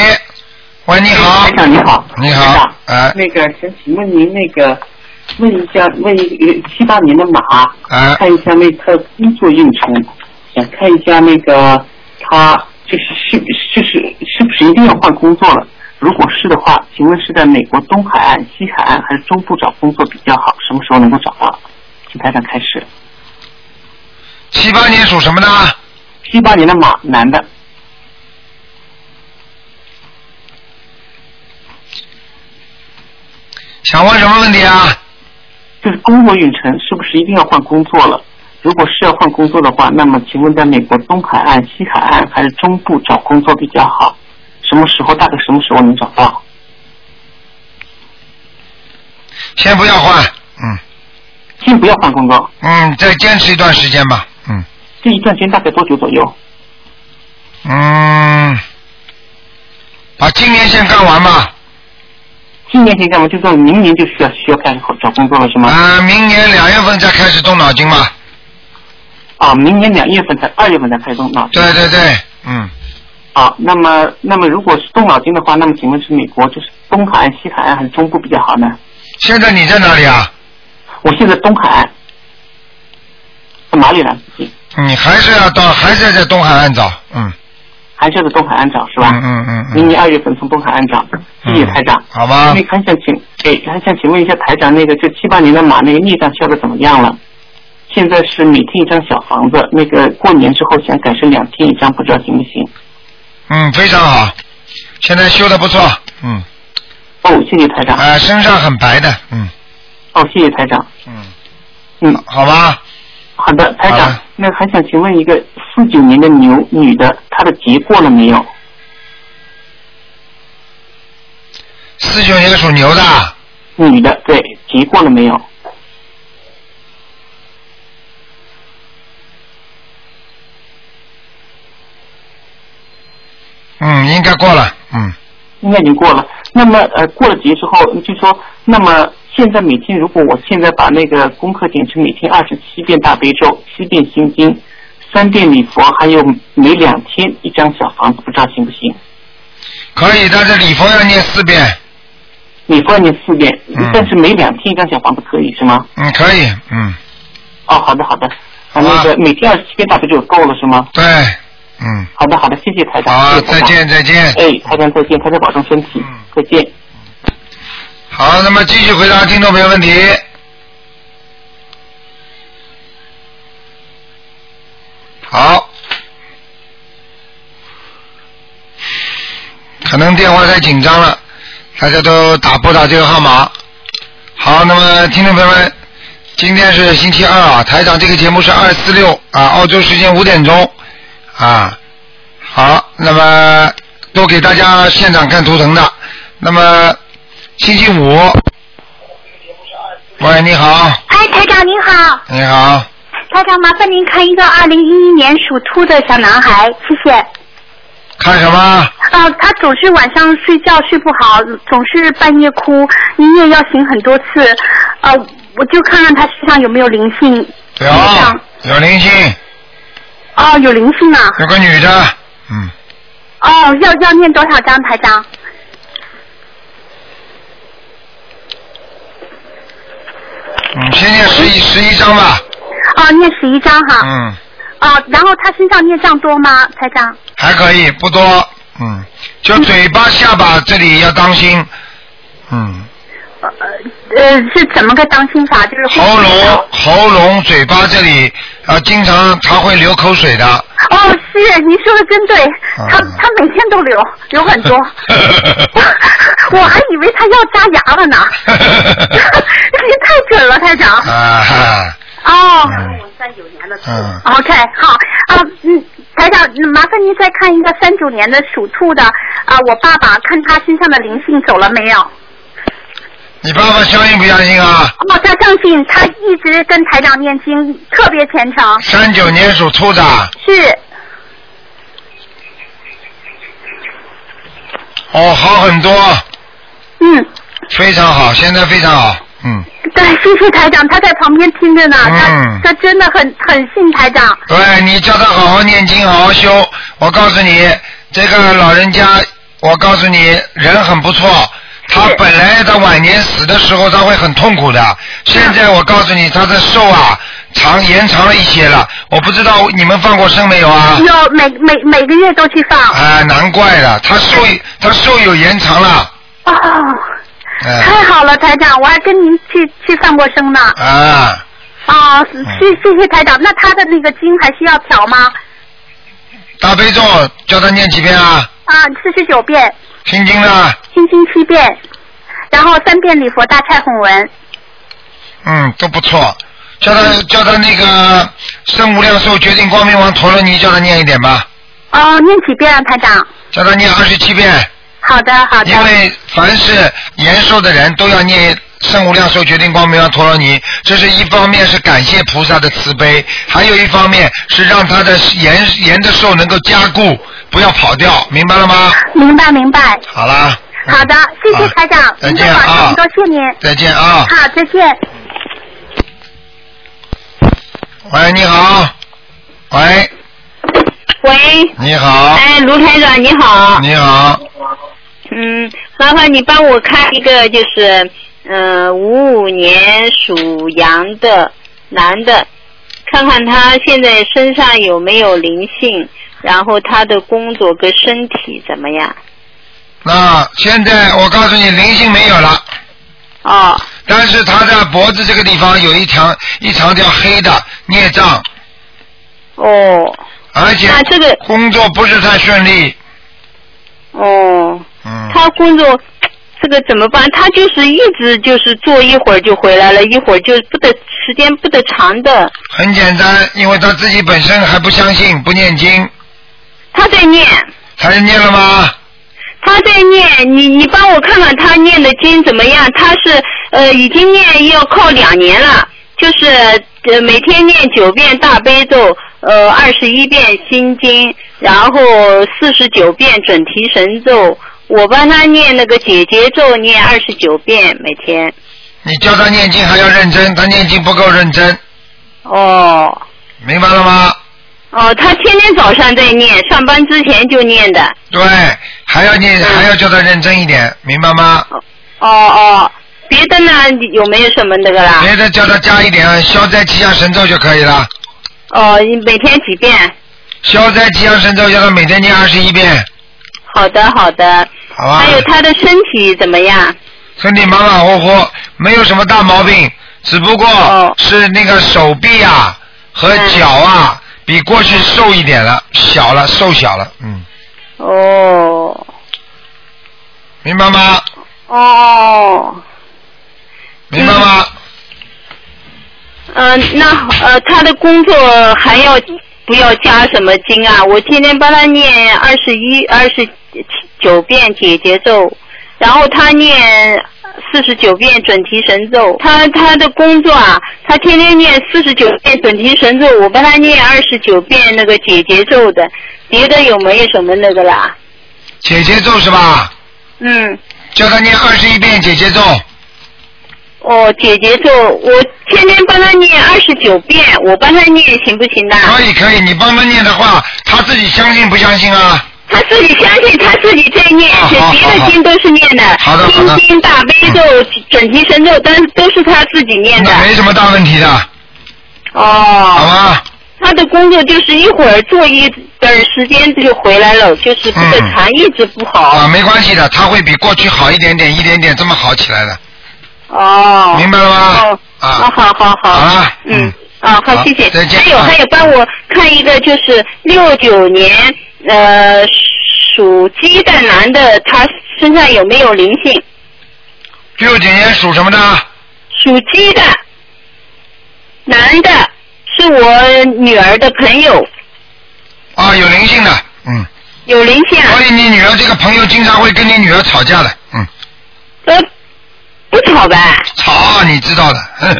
Speaker 1: 喂，你好
Speaker 8: 台，长你好，
Speaker 1: 你
Speaker 8: 台
Speaker 1: 好
Speaker 8: 长，
Speaker 1: 哎
Speaker 8: 那个想请问您那个问一下，问一个七八年的马，
Speaker 1: 哎，
Speaker 8: 看一下那个工作运程，想看一下那个他就是是就是是不是一定要换工作了？如果是的话，请问是在美国东海岸、西海岸还是中部找工作比较好？什么时候能够找到？请台长开始。
Speaker 1: 七八年属什么的？
Speaker 8: 七八年的马，男的，
Speaker 1: 想问什么问题啊？
Speaker 8: 就是工作运程是不是一定要换工作了？如果是要换工作的话，那么请问在美国东海岸、西海岸还是中部找工作比较好？什么时候大概什么时候能找到？
Speaker 1: 先不要换，嗯
Speaker 8: 先不要换工作，
Speaker 1: 嗯，再坚持一段时间吧，嗯
Speaker 8: 这一段时间大概多久左右？
Speaker 1: 嗯，把今年先干完吧，
Speaker 8: 今年可以干嘛？就说明年就需要需要开始找工作了是吗？
Speaker 1: 啊、明年两月份再开始动脑筋吧，
Speaker 8: 啊，明年两月份才二月份才开工脑筋
Speaker 1: 对对对，嗯，
Speaker 8: 啊。那么那么如果是动脑筋的话，那么请问是美国就是东海岸、西海岸还是中部比较好呢？
Speaker 1: 现在你在哪里啊？
Speaker 8: 我现在东海岸，在马里兰附近，
Speaker 1: 你还是要到，还是要在东海岸找，嗯，
Speaker 8: 还是要在东海岸找是吧？
Speaker 1: 嗯嗯嗯
Speaker 8: 明
Speaker 1: 嗯，
Speaker 8: 年二月份从东海岸找，谢谢台长。
Speaker 1: 好吧
Speaker 8: 那，个还想请，哎，还想请问一下台长，那个这七八年的马那个孽障消的怎么样了？现在是每天一张小房子，那个过年之后想改成两天一张，不知道行不行？
Speaker 1: 嗯，非常好，现在修的不错，嗯，
Speaker 8: 哦，谢谢台长
Speaker 1: 啊、，身上很白的，嗯
Speaker 8: 哦，谢谢台长，
Speaker 1: 嗯，
Speaker 8: 嗯，
Speaker 1: 好吧，
Speaker 8: 好的，台
Speaker 1: 好
Speaker 8: 长
Speaker 1: 的，
Speaker 8: 那还想请问一个四九年的牛女的，她的结过了没有？
Speaker 1: 四九年属牛的，
Speaker 8: 女的，对，结过了没有？
Speaker 1: 嗯，应该过了，嗯。
Speaker 8: 应该已经过了。那么呃，过了节之后，就说那么现在每天，如果我现在把那个功课减成每天二十七遍大悲咒、七遍心经、三遍礼佛，还有每两天一张小房子，不知道行不行？
Speaker 1: 可以，但是礼佛要念四遍。
Speaker 8: 礼佛要念四遍
Speaker 1: 嗯，
Speaker 8: 但是每两天一张小房子可以是吗？
Speaker 1: 嗯，可以，嗯，
Speaker 8: 哦，好的好的，
Speaker 1: 好
Speaker 8: 啊
Speaker 1: 啊
Speaker 8: 那个每天二十七遍大悲咒够了是吗？
Speaker 1: 对，嗯，
Speaker 8: 好的好的，谢谢台
Speaker 1: 好
Speaker 8: 长，
Speaker 1: 啊，
Speaker 8: 谢谢
Speaker 1: 再
Speaker 8: 台长。
Speaker 1: 见，再见。
Speaker 8: 哎，台长再见，台长保重身体
Speaker 1: 嗯，
Speaker 8: 再见。
Speaker 1: 好，那么继续回答听众朋友问题。好，可能电话太紧张了，大家都打拨打这个号码。好，那么听众朋友们，今天是星期二啊，台长这个节目是二四六啊，澳洲时间五点钟啊。好，那么都给大家现场看图腾的。那么星期五，喂，你好，
Speaker 3: 哎，台长您好，
Speaker 1: 你好，
Speaker 3: 台长麻烦您看一个二零一一年属兔的小男孩，谢谢。
Speaker 1: 看什么？
Speaker 3: 呃，他总是晚上睡觉睡不好，总是半夜哭，一夜要醒很多次。呃，我就看看他身上有没有灵性。
Speaker 1: 有有灵性，
Speaker 3: 哦，有灵性啊。
Speaker 1: 有个女的，嗯
Speaker 3: 哦，要要念多少张，台长？
Speaker 1: 嗯，先念十一十一章吧，
Speaker 3: 哦，念十一张哈。
Speaker 1: 嗯，
Speaker 3: 啊、然后他身上孽障多吗，台长？
Speaker 1: 还可以，不多，嗯，就嘴巴下巴这里要当心，嗯，
Speaker 3: 呃，是怎么个当心法？就是
Speaker 1: 喉咙喉咙嘴巴这里啊，经常他会流口水的，
Speaker 3: 哦，是，您说的真对，他他每天都流，流很多，我还以为他要扎牙了呢， 您太准了，台长。
Speaker 1: 啊哈，
Speaker 3: 哦
Speaker 1: 嗯，
Speaker 3: ，OK，好啊，嗯，台长，麻烦您再看一个三九年的属兔的啊，我爸爸看他身上的灵性走了没有？
Speaker 1: 你爸爸相信不相信啊？
Speaker 3: 哦，他相信，他一直跟台长念经，特别虔诚。
Speaker 1: 三九年属兔的，
Speaker 3: 是
Speaker 1: 哦，好很多，
Speaker 3: 嗯，
Speaker 1: 非常好，现在非常好，嗯，
Speaker 3: 对，谢谢台长，他在旁边听着呢，
Speaker 1: 嗯
Speaker 3: 他他真的很很信台长。
Speaker 1: 对你叫他好好念经，好好修。我告诉你，这个老人家，我告诉你，人很不错。他本来他晚年死的时候他会很痛苦的，现在我告诉你，他的寿啊长延长了一些了。我不知道你们放过生没有啊？
Speaker 3: 有每每每个月都去放。
Speaker 1: 啊，难怪了，他寿他寿有延长了。
Speaker 3: 哦，
Speaker 1: 嗯、
Speaker 3: 太好了，台长，我还跟您去去放过生呢。
Speaker 1: 啊，
Speaker 3: 啊、谢谢谢台长，那他的那个经还需要调吗？
Speaker 1: 大悲咒叫他念几遍啊？
Speaker 3: 啊，四十九遍，
Speaker 1: 心经呢？
Speaker 3: 心经七遍，然后三遍礼佛大忏悔文。
Speaker 1: 嗯，都不错。叫他
Speaker 3: 嗯
Speaker 1: 叫他那个生无量寿决定光明王陀罗尼，叫他念一点吧，
Speaker 3: 哦，念几遍啊，台长？
Speaker 1: 叫他念二十七遍，
Speaker 3: 好的，好的。
Speaker 1: 因为凡是延寿的人都要念生无量寿决定光明王陀罗尼，这是一方面是感谢菩萨的慈悲，还有一方面是让他的延延的寿能够加固，不要跑掉，明白了吗？
Speaker 3: 明白明白。
Speaker 1: 好啦，
Speaker 3: 好的，谢谢台长，
Speaker 1: 再
Speaker 3: 您的
Speaker 1: 见
Speaker 3: 保
Speaker 1: 啊
Speaker 3: 重，多谢您。
Speaker 1: 再见啊
Speaker 3: 好，再见。
Speaker 1: 喂，你好，喂，
Speaker 9: 喂，
Speaker 1: 你好，
Speaker 9: 哎，卢台长你好，
Speaker 1: 你好，
Speaker 9: 嗯，麻烦你帮我看一个，就是嗯五五年属羊的男的，看看他现在身上有没有灵性，然后他的工作跟身体怎么样？
Speaker 1: 那现在我告诉你，灵性没有了。
Speaker 9: 哦。
Speaker 1: 但是他的脖子这个地方有一条一长条黑的孽障。
Speaker 9: 哦。
Speaker 1: 而且。
Speaker 9: 那这个
Speaker 1: 工作不是太顺利。
Speaker 9: 哦，
Speaker 1: 嗯。
Speaker 9: 他工作这个怎么办？他就是一直就是做一会儿就回来了，一会儿就不得时间不得长的。
Speaker 1: 很简单，因为他自己本身还不相信，不念经。
Speaker 9: 他在念。
Speaker 1: 他在念了吗？
Speaker 9: 他在念，你你帮我看看他念的经怎么样？他是呃已经念要靠两年了，就是呃每天念九遍大悲咒，呃二十一遍心经，然后四十九遍准提神咒。我帮他念那个解结咒，念二十九遍每天。
Speaker 1: 你叫他念经还要认真，他念经不够认真，
Speaker 9: 哦
Speaker 1: 明白了吗？
Speaker 9: 哦，他天天早上在念，上班之前就念的。
Speaker 1: 对，还要
Speaker 9: 嗯
Speaker 1: 念，还要叫他认真一点，明白吗？
Speaker 9: 哦哦，别的呢有没有什么那个啦？
Speaker 1: 别的叫他加一点消灾吉祥神咒就可以了。
Speaker 9: 哦，你每天几遍？
Speaker 1: 消灾吉祥神咒叫他每天念二十一遍，
Speaker 9: 好的，好的。
Speaker 1: 好吧？
Speaker 9: 还有他的身体怎么样？
Speaker 1: 身体马马虎虎，没有什么大毛病，只不
Speaker 9: 哦
Speaker 1: 过是那个手臂啊和脚
Speaker 9: 嗯
Speaker 1: 啊、比过去瘦一点了，小了，瘦小了，嗯，
Speaker 9: 哦
Speaker 1: 明白吗？
Speaker 9: 哦。
Speaker 1: 明白吗？
Speaker 9: 嗯、呃，那呃，他的工作还要不要加什么经啊，我天天帮他念二十一、二十九遍解结咒，然后他念四十九遍准提神咒。他他的工作啊，他天天念四十九遍准提神咒，我帮他念二十九遍那个解结咒的，别的有没有什么那个啦？
Speaker 1: 姐姐咒是吧？
Speaker 9: 嗯，
Speaker 1: 叫他念二十一遍姐姐咒。
Speaker 9: 哦，解结咒，我天天帮他念二十九遍，我帮他念行不行呐？啊
Speaker 1: 可以可以，你帮他念的话，他自己相信不相信啊？
Speaker 9: 他自己相信，他自己在念，
Speaker 1: 啊好
Speaker 9: 别
Speaker 1: 好
Speaker 9: 的
Speaker 1: 好
Speaker 9: 经都是念的，
Speaker 1: 好的好的嗯
Speaker 9: 心经、大悲咒、准提神咒，但是都是他自己念的。
Speaker 1: 没什么大问题的。
Speaker 9: 哦。好他的工作就是一会儿做一段时间就回来了，就是这个
Speaker 1: 嗯
Speaker 9: 痰一直不好。
Speaker 1: 啊，没关系的，他会比过去好一点点，一点点这么好起来的。
Speaker 9: 哦。
Speaker 1: 明白了吗
Speaker 9: 哦。
Speaker 1: 啊
Speaker 9: 啊，好好好。
Speaker 1: 好了，
Speaker 9: 嗯。啊，好，谢谢。
Speaker 1: 再见
Speaker 9: 还有
Speaker 1: 啊
Speaker 9: 还有，帮我看一个，就是六九年呃属鸡的男的，他身上有没有灵性？
Speaker 1: 六九年属什么的？啊
Speaker 9: 属鸡的男的，是我女儿的朋友，
Speaker 1: 啊，有灵性的，嗯。
Speaker 9: 有灵性啊。
Speaker 1: 所以你女儿这个朋友经常会跟你女儿吵架的，嗯。
Speaker 9: 呃，不吵吧？
Speaker 1: 吵，你知道的。呵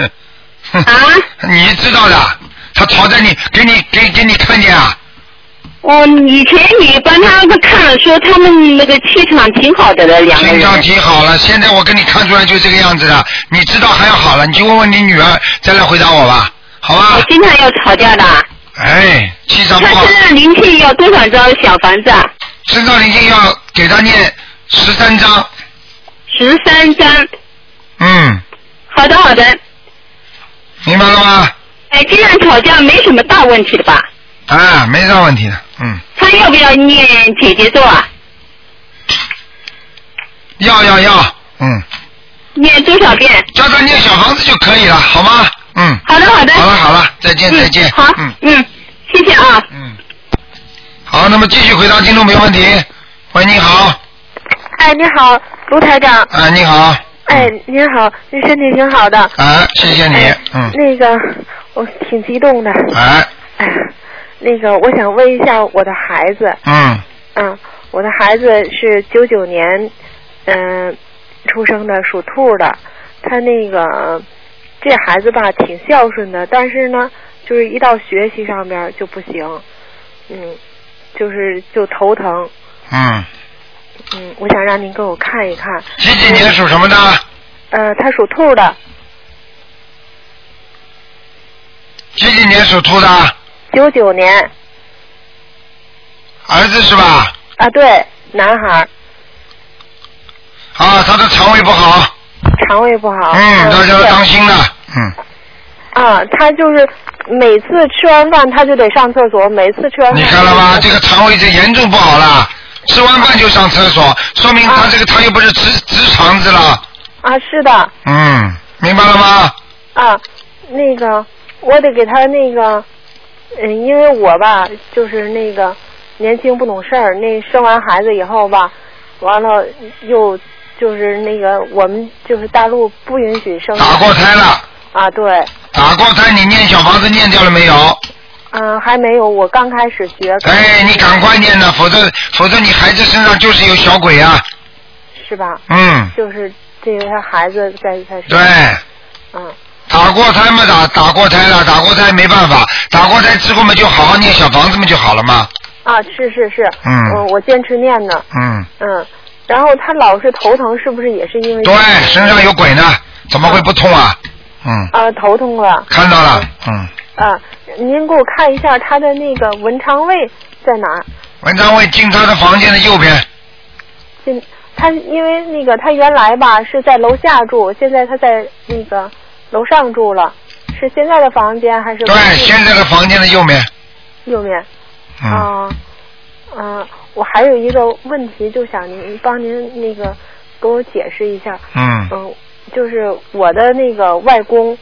Speaker 1: 呵
Speaker 9: 啊？
Speaker 1: 你知道的，她吵在你给你给给你看见啊，
Speaker 9: 我哦以前你帮他们看了，说他们那个气场挺好的了，两个
Speaker 1: 经常
Speaker 9: 人。
Speaker 1: 挺好了。现在我跟你看出来就这个样子的，你知道还要好了，你去问问你女儿，再来回答我吧，好吧？
Speaker 9: 我经常要吵架的。
Speaker 1: 哎，气场
Speaker 9: 他
Speaker 1: 不好。
Speaker 9: 身上灵性要多少张小房子？啊？
Speaker 1: 身上灵性要给他念十三章，
Speaker 9: 十三张。
Speaker 1: 嗯，
Speaker 9: 好的，好的。
Speaker 1: 明白了吗？
Speaker 9: 哎，这样吵架没什么大问题的吧？
Speaker 1: 啊，没啥问题的，嗯，
Speaker 9: 他要不要念姐姐咒啊？
Speaker 1: 要要要，嗯，
Speaker 9: 念多少遍？
Speaker 1: 叫他念小房子就可以了，好吗？嗯，
Speaker 9: 好的，好的。
Speaker 1: 好了好了，再见再见，
Speaker 9: 好，
Speaker 1: 嗯，
Speaker 9: 嗯，谢谢啊。
Speaker 1: 好，那么继续回答听众没问题。喂，你好，
Speaker 2: 哎，你好，卢台长。
Speaker 1: 啊，你好，
Speaker 2: 哎，您好，您身体挺好的。
Speaker 1: 啊，谢谢你，嗯，
Speaker 2: 哎那个，我挺激动的。
Speaker 1: 哎，
Speaker 2: 哎呀，那个，我想问一下我的孩子，
Speaker 1: 嗯，
Speaker 2: 嗯，我的孩子是九九年，嗯、出生的，属兔的。他那个这孩子吧，挺孝顺的，但是呢，就是一到学习上面就不行，嗯，就是就头疼，
Speaker 1: 嗯，
Speaker 2: 嗯，我想让您给我看一看。
Speaker 1: 几几年属什么的？
Speaker 2: 呃，他属兔的，
Speaker 1: 几几年属兔的？
Speaker 2: 九九年
Speaker 1: 儿子是吧？
Speaker 2: 啊，对，男孩儿，
Speaker 1: 啊，他的肠胃不好，
Speaker 2: 肠胃不好。
Speaker 1: 嗯，大家要
Speaker 2: 对
Speaker 1: 当心嗯了，
Speaker 2: 啊，他就是每次吃完饭他就得上厕所，每次吃完饭。
Speaker 1: 你看了吧？这个肠胃这严重不好了，吃完饭就上厕所，说明他这个他又不是直直肠子了。
Speaker 2: 啊，是的，
Speaker 1: 嗯，明白了吗？
Speaker 2: 啊，那个我得给他那个，嗯，因为我吧就是那个年轻不懂事儿，那生完孩子以后吧，完了又就是那个我们就是大陆不允许生。打
Speaker 1: 过胎了。
Speaker 2: 啊，对，
Speaker 1: 打过胎，你念小房子念掉了没有？
Speaker 2: 嗯，还没有，我刚开始学。
Speaker 1: 哎，你赶快念呢，否则否则你孩子身上就是有小鬼啊。
Speaker 2: 是吧？
Speaker 1: 嗯，
Speaker 2: 就是这个他孩子在在
Speaker 1: 对。
Speaker 2: 嗯。
Speaker 1: 打过胎嘛，打打过胎了，打过胎没办法，打过胎之后嘛，就好好念小房子嘛就好了嘛。
Speaker 2: 啊，是是是，
Speaker 1: 嗯
Speaker 2: 我我坚持念呢，
Speaker 1: 嗯，
Speaker 2: 嗯，然后他老是头疼，是不是也是因为
Speaker 1: 对，身上有鬼呢，怎么会不痛啊？嗯，
Speaker 2: 啊头痛了
Speaker 1: 看到了，嗯，
Speaker 2: 啊？您给我看一下他的那个文昌位在哪儿？
Speaker 1: 文章会进他的房间的右边，
Speaker 2: 现他因为那个他原来吧是在楼下住，现在他在那个楼上住了，是现在的房间还是对
Speaker 1: 现在的房间的右面。
Speaker 2: 右面？
Speaker 1: 嗯
Speaker 2: 啊，嗯、我还有一个问题，就想您帮您那个给我解释一下。
Speaker 1: 嗯
Speaker 2: 嗯，就是我的那个外公，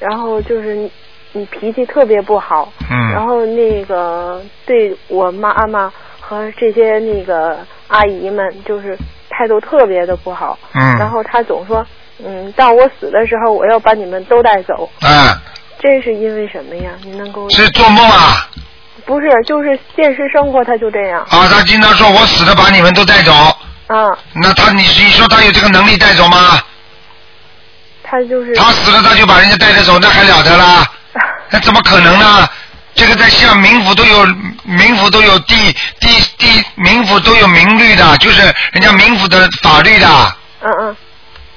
Speaker 2: 然后就是你脾气特别不好，
Speaker 1: 嗯
Speaker 2: 然后那个对我妈啊妈和这些那个阿姨们，就是态度特别的不好，
Speaker 1: 嗯
Speaker 2: 然后他总说，嗯，到我死的时候，我要把你们都带走，
Speaker 1: 啊，
Speaker 2: 这是因为什么呀？您能给我
Speaker 1: 是做梦啊？
Speaker 10: 不是，就是现实生活他就这样。
Speaker 1: 啊，他经常说我死了把你们都带走，
Speaker 10: 嗯，
Speaker 2: 啊
Speaker 1: 那他你你说他有这个能力带走吗？
Speaker 10: 他就是
Speaker 1: 他死了他就把人家带着走，那还了得啦？那怎么可能呢？这个在像冥府都有冥府都有地地地冥府都有明律的，就是人家冥府的法律的，
Speaker 2: 啊
Speaker 10: 嗯嗯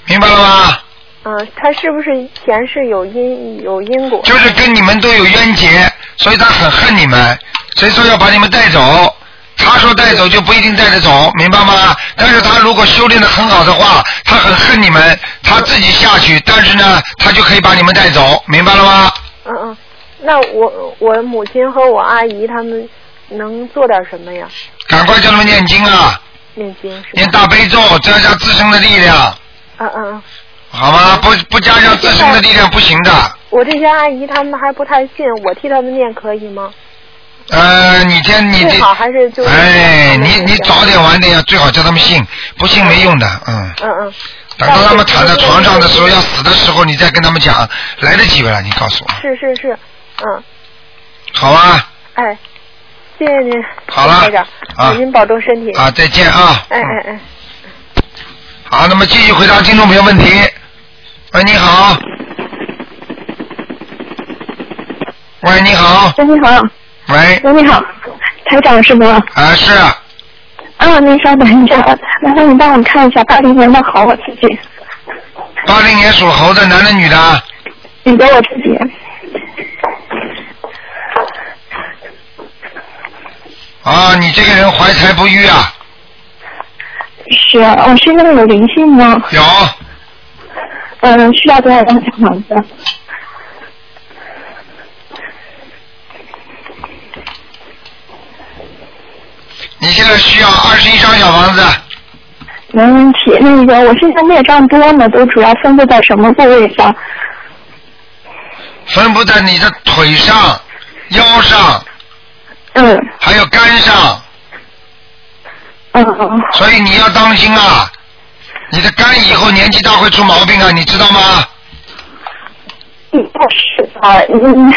Speaker 1: 明白了吗？
Speaker 10: 嗯，他是不是前世有因有因果？
Speaker 1: 就是跟你们都有冤结，所以他很恨你们，所以说要把你们带走。他说带走就不一定带得走，明白吗？但是他如果修炼的很好的话，他很恨你们，他自己下去，但是呢，他就可以把你们带走，明白了吗？
Speaker 10: 嗯嗯，那我我母亲和我阿姨他们能做点什么呀？
Speaker 1: 赶快叫他们念经啊，
Speaker 10: 念经是吧？
Speaker 1: 念大悲咒，增加自身的力量，
Speaker 10: 嗯嗯嗯，
Speaker 1: 好吗？不不加上自身的力量不行的。
Speaker 10: 我这些阿姨他们还不太信，我替他们念可以吗？
Speaker 1: 呃，你先你
Speaker 10: 最
Speaker 1: 这，
Speaker 10: 好还是就是
Speaker 1: 哎，你你早点晚点要最好叫他们信，不信没用的，嗯。
Speaker 10: 嗯嗯，
Speaker 1: 等到他们躺在床上的时候，要死的时候，你再跟他们讲，来得及不啦？你告诉我，
Speaker 10: 是是是，嗯，
Speaker 1: 好吧？
Speaker 10: 哎，谢谢您，
Speaker 1: 好了
Speaker 10: 台长，
Speaker 1: 啊
Speaker 10: 您保重身体
Speaker 1: 啊，再见啊！
Speaker 10: 哎哎哎，
Speaker 1: 好，那么继续回答听众朋友问题。喂，你好。喂，你好。
Speaker 11: 喂，你好。
Speaker 1: 喂。
Speaker 11: 喂，你好，台长是吗？
Speaker 1: 啊，是啊
Speaker 11: 啊，您稍等一下，麻烦你帮我看一下八零年的好我自己，
Speaker 1: 八零年属猴的，男的女的啊？
Speaker 11: 你给我自己。
Speaker 1: 啊，你这个人怀才不遇啊，
Speaker 11: 是，我身上有灵性吗？
Speaker 1: 有。
Speaker 11: 嗯，需要多少张小房子？
Speaker 1: 你现在需要二十一张小房子。
Speaker 11: 没问题。那个我身上孽障多呢，都主要分布在什么部位上？
Speaker 1: 分布在你的腿上、腰上，
Speaker 11: 嗯，
Speaker 1: 还有肝上。
Speaker 11: 嗯嗯。
Speaker 1: 所以你要当心啊！你的肝以后年纪大会出毛病啊，你知道吗？
Speaker 11: 嗯，不是啊，嗯，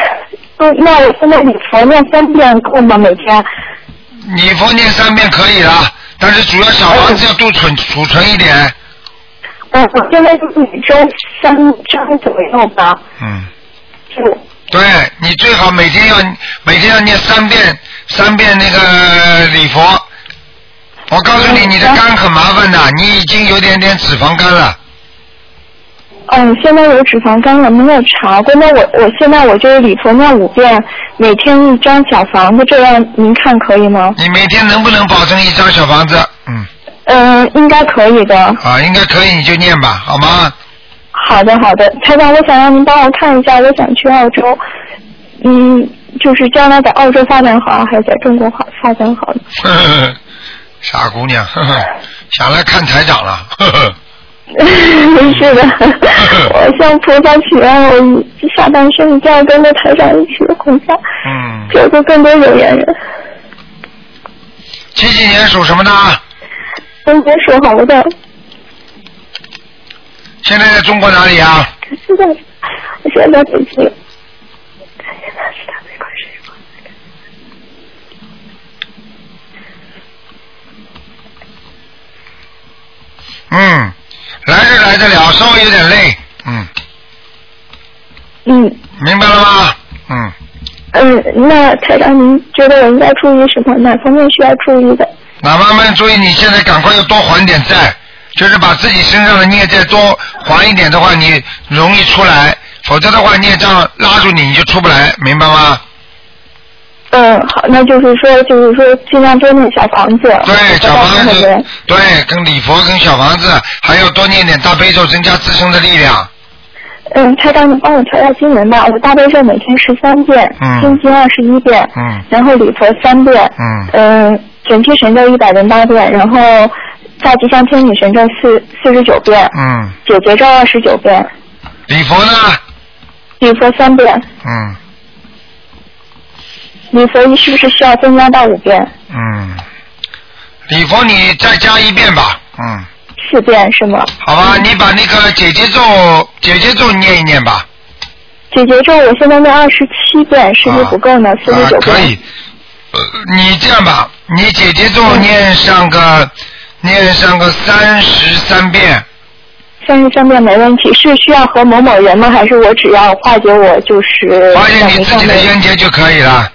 Speaker 11: 嗯那我现在礼佛念三遍够吗？每天？
Speaker 1: 你佛念三遍可以了，但是主要小房子要多存储存一点。
Speaker 11: 嗯，我现在就是每周三张左右吧。
Speaker 1: 嗯。
Speaker 11: 就
Speaker 1: 对你最好每天要每天要念三遍三遍那个礼佛。我告诉你，你的肝很麻烦的，你已经有点点脂肪肝了。
Speaker 11: 嗯，现在有脂肪肝了，没有查过。那我我现在我就是礼佛念五遍，每天一张小房子，这样您看可以吗？
Speaker 1: 你每天能不能保证一张小房子？嗯，
Speaker 11: 嗯，应该可以的。
Speaker 1: 啊，应该可以，你就念吧，好吗？
Speaker 11: 好的，好的，台长，我想让您帮我看一下，我想去澳洲，嗯，就是将来在澳洲发展好，还是在中国好发展好呢？
Speaker 1: 傻姑娘， 呵呵想来看台长了。 嗯呵呵
Speaker 11: 是的，我向菩萨许愿，我下半生一定要跟着台长一起回家，
Speaker 1: 嗯，
Speaker 11: 救助更多有缘人。
Speaker 1: 几几年属什么的？
Speaker 11: 分别属猴的，
Speaker 1: 现在在中国哪里啊？
Speaker 11: 现在我现在在北京。
Speaker 1: 嗯，来是来得了，稍微有点累。嗯，
Speaker 11: 嗯
Speaker 1: 明白了吗？嗯，
Speaker 11: 嗯，那台长，您觉得我应该注意什么？哪方面需要注意的？
Speaker 1: 那慢慢注意，你现在赶快要多还点债，就是把自己身上的孽债多还一点的话，你容易出来；否则的话，孽障拉住你，你就出不来，明白吗？
Speaker 11: 嗯，好，那就是说，就是说，尽量多念小房子。
Speaker 1: 对，小房子，对，跟礼佛、跟小房子，还要多念点大悲咒，增加自身的力量。
Speaker 11: 嗯，台长，你帮我调调经文吧。我大悲咒每天十三遍，
Speaker 1: 嗯
Speaker 11: 心经二十一遍，
Speaker 1: 嗯
Speaker 11: 然后礼佛三遍，
Speaker 1: 嗯
Speaker 11: 嗯，准提神咒一百零八遍，然后大吉祥天女神咒四四十九遍，
Speaker 1: 嗯，
Speaker 11: 解结咒二十九遍，
Speaker 1: 礼佛呢？
Speaker 11: 礼佛三遍，
Speaker 1: 嗯
Speaker 11: 礼佛一是不是需要增加到五遍？
Speaker 1: 嗯，礼佛你再加一遍吧。嗯，
Speaker 11: 四遍是吗？
Speaker 1: 好吧，你把那个姐姐咒、姐姐咒念一念吧。
Speaker 11: 解结咒我现在念二十七遍，是不是不够呢？四十
Speaker 1: 啊
Speaker 11: 九，
Speaker 1: 可
Speaker 11: 遍。
Speaker 1: 以。呃你这样吧，你姐姐咒念上个念上个三十三遍，
Speaker 11: 三十三遍没问题，是需要和某某人吗？还是我只要化解我就是
Speaker 1: 而且
Speaker 11: 感
Speaker 1: 你
Speaker 11: 情
Speaker 1: 自
Speaker 11: 上
Speaker 1: 己的冤结就可以了。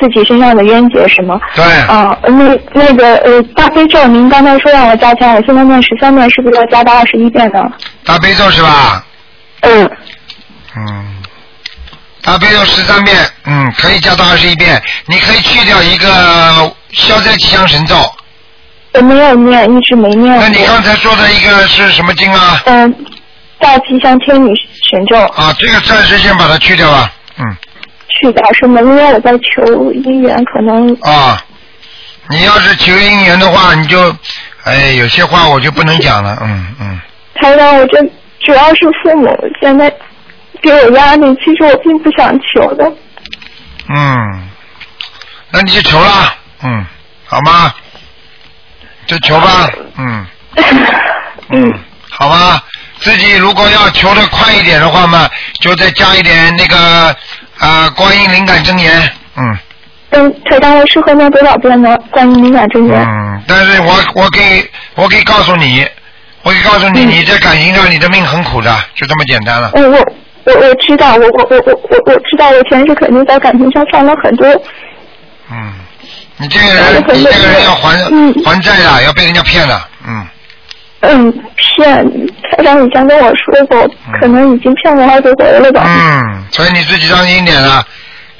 Speaker 11: 自己身上的冤结是吗？
Speaker 1: 对
Speaker 11: 啊，那那个呃大悲咒，您刚才说让我加强，我现在念十三遍，是不是要加到二十一遍呢？
Speaker 1: 大悲咒是吧？
Speaker 11: 嗯。
Speaker 1: 嗯，大悲咒十三遍，嗯，可以加到二十一遍。你可以去掉一个消灾吉祥神咒。
Speaker 11: 我呃没有念，一直没念过。
Speaker 1: 那你刚才说的一个是什么经啊？
Speaker 11: 嗯、大吉祥天女神咒
Speaker 1: 啊，这个暂时先把它去掉吧。
Speaker 11: 去掉是吗？因为我在求姻缘，可能
Speaker 1: 啊，你要是求姻缘的话，你就，哎，有些话我就不能讲了，嗯嗯。
Speaker 11: 台长，我这主要是父母现在给我压力，其实我并不想求的。
Speaker 1: 嗯，那你就求啦，嗯，好吗？就求吧，嗯，嗯，好吧。自己如果要求的快一点的话嘛，就再加一点那个啊，观音灵感真言，嗯。
Speaker 11: 嗯，台长，我适合念多少遍呢？关于敏感真言。
Speaker 1: 嗯，但是我我可以我可以告诉你，我可以告诉你，你在感情上你的命很苦的，就这么简单了。
Speaker 11: 嗯，我我我知道，我我我我我我知道，我前世肯定在感情上犯了很多。
Speaker 1: 嗯你这个人，你这个人要还还债的，要被人家骗的，嗯。
Speaker 11: 嗯，骗台长以前跟我说过，可能已经骗过好几回了吧？
Speaker 1: 嗯，所以你自己当心点了。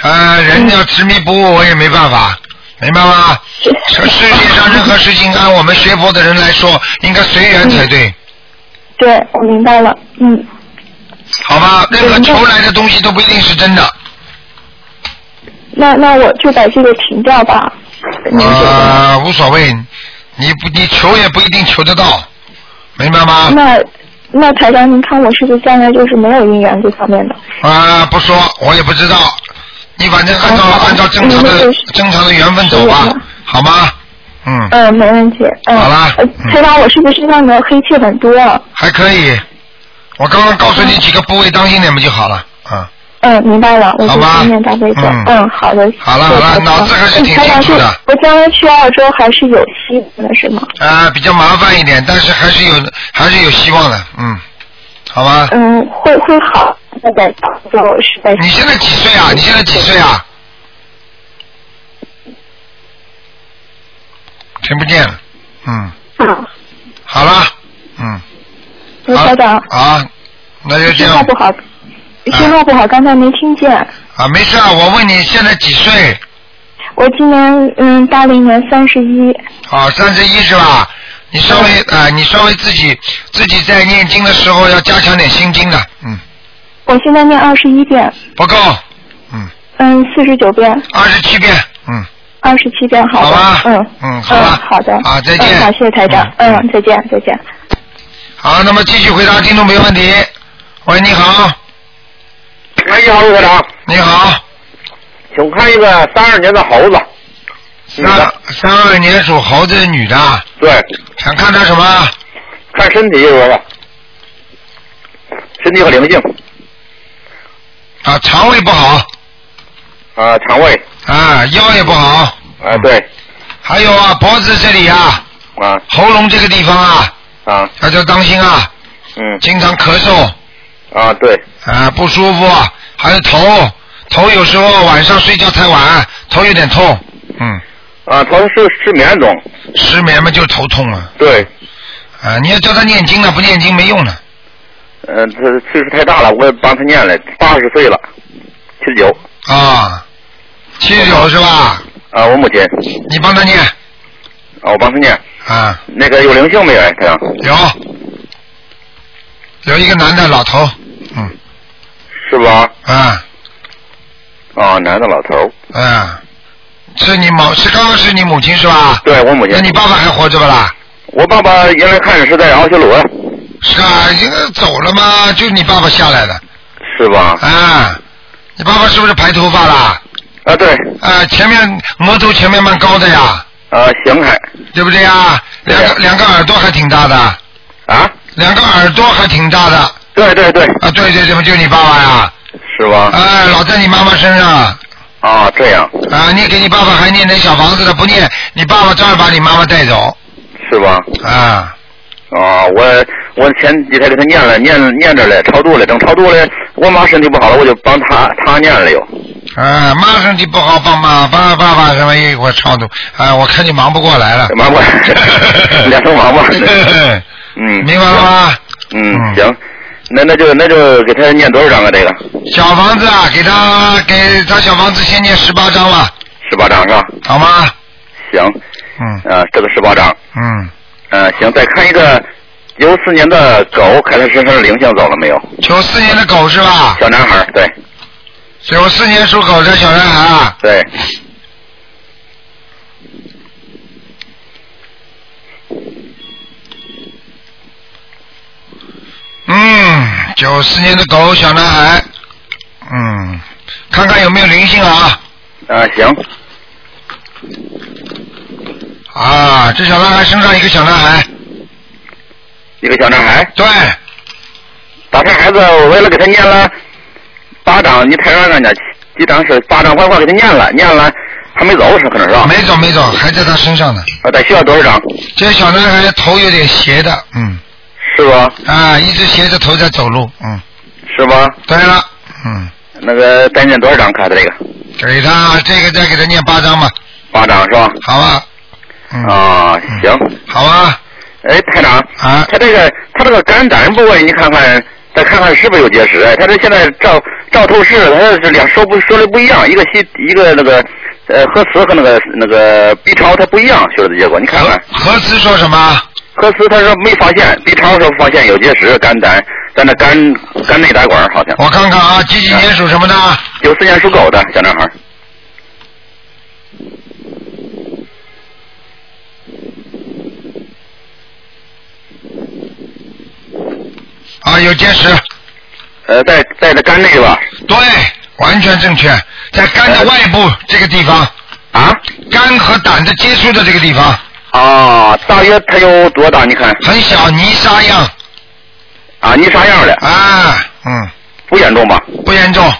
Speaker 1: 呃，人要执迷不悟，我也没办法，明白吗？这世界上任何事情，按我们学佛的人来说，应该随缘才对，
Speaker 11: 对，我明白了。嗯，
Speaker 1: 好吗？任何求来的东西都不一定是真的。
Speaker 11: 那那我就把这个停掉吧。
Speaker 1: 呃，无所谓，你不你求也不一定求得到，明白吗？
Speaker 11: 那那台长，您看我是不是将来就是没有姻缘这方面的？
Speaker 1: 啊、不说，我也不知道。你反正按照、按照正常的正常的缘分走吧，好吗？嗯，
Speaker 11: 嗯，没问题。嗯，
Speaker 1: 好啦
Speaker 11: 呃台长，我是不是身上的黑气很多啊？
Speaker 1: 还可以。我刚刚告诉你几个部位，当心点不就好了？啊、
Speaker 11: 嗯，明白了，我
Speaker 1: 好
Speaker 11: 就
Speaker 1: 吧
Speaker 11: 今念大悲咒。
Speaker 1: 嗯
Speaker 11: 嗯，好的。
Speaker 1: 好了好了
Speaker 11: 谢谢
Speaker 1: 脑子还是挺
Speaker 11: 嗯台长
Speaker 1: 清楚的
Speaker 11: 是我将来去澳洲还是有希望的，是吗？
Speaker 1: 啊、比较麻烦一点，但是还是有还是有希望的，嗯，好吧？
Speaker 11: 嗯，会会好。现在就是在。
Speaker 1: 你现在几岁啊？你现在几岁啊？听不见了，嗯，
Speaker 11: 啊，
Speaker 1: 好了，嗯，
Speaker 11: 卢台长，
Speaker 1: 啊，那就这
Speaker 11: 信
Speaker 1: 样嗯
Speaker 11: 号不好，信号不好，刚才没听见。
Speaker 1: 啊，没事啊。我问你现在几岁？
Speaker 11: 我今年嗯八零年三十一，
Speaker 1: 啊，三十一是吧？你稍微啊、你稍微自己自己在念经的时候要加强点心经的，嗯，
Speaker 11: 我现在念二十一遍，
Speaker 1: 不够，
Speaker 11: 嗯四十九遍，
Speaker 1: 二十七遍，嗯，
Speaker 11: 二十七遍，好的，嗯
Speaker 1: 嗯，好
Speaker 11: 嗯
Speaker 1: 了，
Speaker 11: 好的，
Speaker 1: 啊，再
Speaker 11: 嗯，好
Speaker 1: 见。
Speaker 11: 谢谢台长，嗯再见再见，
Speaker 1: 好，那么继续回答听众没问题。喂，你好。
Speaker 5: 喂，你好，卢科长。
Speaker 1: 你好。
Speaker 5: 请看一个三二年的猴子，
Speaker 1: 三三二年属猴子的女的，
Speaker 5: 对，
Speaker 1: 想看她什么？
Speaker 5: 看身体就是吧，身体和灵性
Speaker 1: 啊，肠胃不好，
Speaker 5: 啊，肠胃
Speaker 1: 啊，腰也不好，
Speaker 5: 啊，对
Speaker 1: 还有啊，脖子这里啊，
Speaker 5: 啊
Speaker 1: 喉咙这个地方啊，
Speaker 5: 啊
Speaker 1: 大家当心啊，
Speaker 5: 嗯，
Speaker 1: 经常咳嗽
Speaker 5: 啊，对
Speaker 1: 啊，不舒服，还有头，头有时候晚上睡觉太晚，头有点痛，嗯，
Speaker 5: 啊，头是失眠总，
Speaker 1: 失眠嘛就头痛啊，
Speaker 5: 对，
Speaker 1: 啊，你要叫他念经的，不念经没用的，
Speaker 5: 嗯、他岁数太大了，我也帮他念了，八十岁了，七十九
Speaker 1: 啊，七十九是吧？
Speaker 5: 啊，我母亲，
Speaker 1: 你帮他念
Speaker 5: 啊，我帮他念，
Speaker 1: 啊，
Speaker 5: 那个有灵性没有？哎台长，
Speaker 1: 有，有一个男的老头，嗯
Speaker 5: 是吧？
Speaker 1: 啊
Speaker 5: 啊，男的老头儿，
Speaker 1: 啊，是你母是刚刚是你母亲是吧？
Speaker 5: 对我母亲
Speaker 1: 那你爸爸还活着不啦？
Speaker 5: 我爸爸原来看着是在奥修罗，
Speaker 1: 是啊，已经走了吗？就是你爸爸下来的
Speaker 5: 是吧？
Speaker 1: 啊。你爸爸是不是白头发啦？
Speaker 5: 啊，对。
Speaker 1: 啊，前面额头前面蛮高的呀，
Speaker 5: 啊，行还
Speaker 1: 对不对呀？两个两个耳朵还挺大的。
Speaker 5: 啊？
Speaker 1: 两个耳朵还挺大的。
Speaker 5: 对对对。
Speaker 1: 啊，对对对，就你爸爸呀。
Speaker 5: 是吧？
Speaker 1: 哎，老在你妈妈身上。
Speaker 5: 啊，这样
Speaker 1: 啊，你给你爸爸还念点小房子的，不念，你爸爸照样把你妈妈带走。
Speaker 5: 是吧？
Speaker 1: 啊。
Speaker 5: 啊，我我前几天给他念了，念念着了，超度了，等超度了，我妈身体不好了，我就帮他他念了又。
Speaker 1: 啊，妈身体不好，帮妈爸爸爸什么一我超度啊，我看你忙不过来 了。
Speaker 5: 忙不过来， 两头忙吧。嗯，
Speaker 1: 明白了吗？
Speaker 5: 嗯，行，那那就那就给他念多少章啊？这个
Speaker 1: 小房子啊，给他给他小房子先念十八章了，
Speaker 5: 十八章是吧？
Speaker 1: 好吗？
Speaker 5: 行，
Speaker 1: 嗯，
Speaker 5: 啊，这个十八章，
Speaker 1: 嗯，
Speaker 5: 嗯，行，再看一个九四年的狗，看他身上的灵性走了没有？
Speaker 1: 九四年的狗是吧？
Speaker 5: 小男孩，对
Speaker 1: 九四年属狗的小男孩啊，
Speaker 5: 对，
Speaker 1: 嗯，九四年的狗小男孩，嗯，看看有没有灵性啊
Speaker 5: 啊，行，
Speaker 1: 啊，这小男孩身上一个小男孩，
Speaker 5: 一个小男孩，
Speaker 1: 对，
Speaker 5: 打算孩子，我为了给他念了八章，你台上让讲几章是八章，快快给他念了，念了还没走是可能是吧？
Speaker 1: 没走没走，还在他身上呢。
Speaker 5: 啊，得需要多少章？
Speaker 1: 这小男孩头有点斜的，嗯，
Speaker 5: 是吧？
Speaker 1: 啊，一直斜着头在走路，嗯，
Speaker 5: 是吧？
Speaker 1: 对了，嗯，
Speaker 5: 那个再念多少章看他这个？
Speaker 1: 给他这个再给他念八章吧，
Speaker 5: 八章是吧？
Speaker 1: 好吧？嗯
Speaker 5: 啊，行，
Speaker 1: 好啊。
Speaker 5: 哎，台长，
Speaker 1: 啊，
Speaker 5: 他这个他这个肝胆部位，你看看，再看看是不是有结石？哎，他这现在照照透视，他这两说不说的不一样，一个西一个那个呃核磁和那个那个 B 超它不一样，学的结果，你看看。
Speaker 1: 核磁说什么？
Speaker 5: 核磁他说没发现，B 超说发现有结石，肝胆咱那肝肝内胆管好像。
Speaker 1: 我看看啊，几几年属什么的？
Speaker 5: 九四年属狗的小男孩，
Speaker 1: 啊，有结石，
Speaker 5: 呃，在在这肝内吧？
Speaker 1: 对，完全正确，在肝的外部这个地方。
Speaker 5: 啊？
Speaker 1: 肝和胆的接触的这个地方，
Speaker 5: 啊，大约他有多大？你看
Speaker 1: 很小，泥沙样
Speaker 5: 啊，你啥样的？
Speaker 1: 啊，嗯，
Speaker 5: 不严重吧？
Speaker 1: 不严重。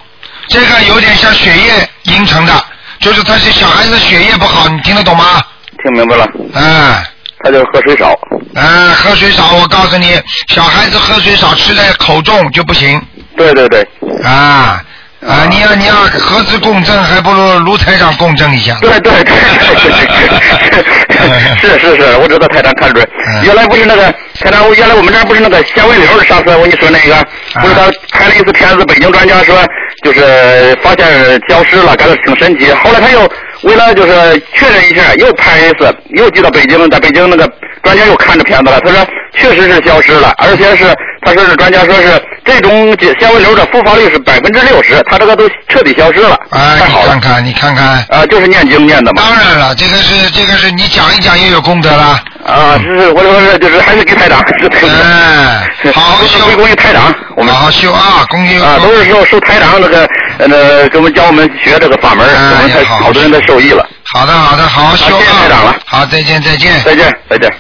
Speaker 1: 这个有点像血液形成的，就是他是小孩子血液不好，你听得懂吗？
Speaker 5: 听明白了，
Speaker 1: 啊
Speaker 5: 他就是喝水少。
Speaker 1: 啊，喝水少，我告诉你，小孩子喝水少，吃在口重就不行。
Speaker 5: 对对对，
Speaker 1: 啊啊！你要你要核磁共振，还不如卢台长共振一下。
Speaker 5: 对对对， 是是是，我知道台长看准。
Speaker 1: 嗯
Speaker 5: 原来不是那个台长，我原来我们这儿不是那个纤维瘤儿，上次我跟你说那个，
Speaker 1: 嗯
Speaker 5: 不是他拍了一次片子，北京专家说就是发现消失了，感觉挺神奇。后来他又为了就是确认一下，又拍一次，又寄到北京，在北京那个专家又看着片子了，他说确实是消失了，而且是他说是专家说是这种解纤维瘤的复发率是百分之六十，他这个都彻底消失了。
Speaker 1: 啊，你看看，你看看。
Speaker 5: 啊，就是念经念的嘛。
Speaker 1: 当然了，这个是这个是你讲一讲又有功德了。
Speaker 5: 啊，是我说是就是还是给台长，是台
Speaker 1: 嗯，好好修，
Speaker 5: 归功于台长，我们
Speaker 1: 好好修啊，恭喜
Speaker 5: 啊，都是受受台长那个呃，给我们教我们学这个法门，我们才好多人的受益了。
Speaker 1: 嗯好的好的，好好修啊。
Speaker 5: 谢谢台长了，
Speaker 1: 好，再见再见。
Speaker 5: 再见再见。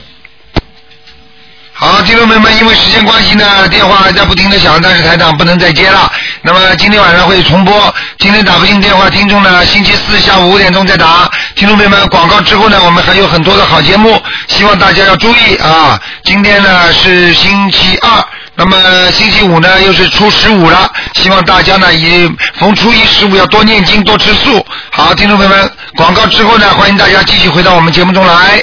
Speaker 1: 好，听众朋友们，因为时间关系呢，电话还在不停的响，但是台长不能再接了。那么今天晚上会重播，今天打不进电话，听众呢星期四下午五点钟再打。听众朋友们，广告之后呢，我们还有很多的好节目，希望大家要注意啊。今天呢是星期二，那么星期五呢又是初十五了，希望大家呢也逢初一十五要多念经，多吃素。好，听众朋友们，广告之后呢，欢迎大家继续回到我们节目中来。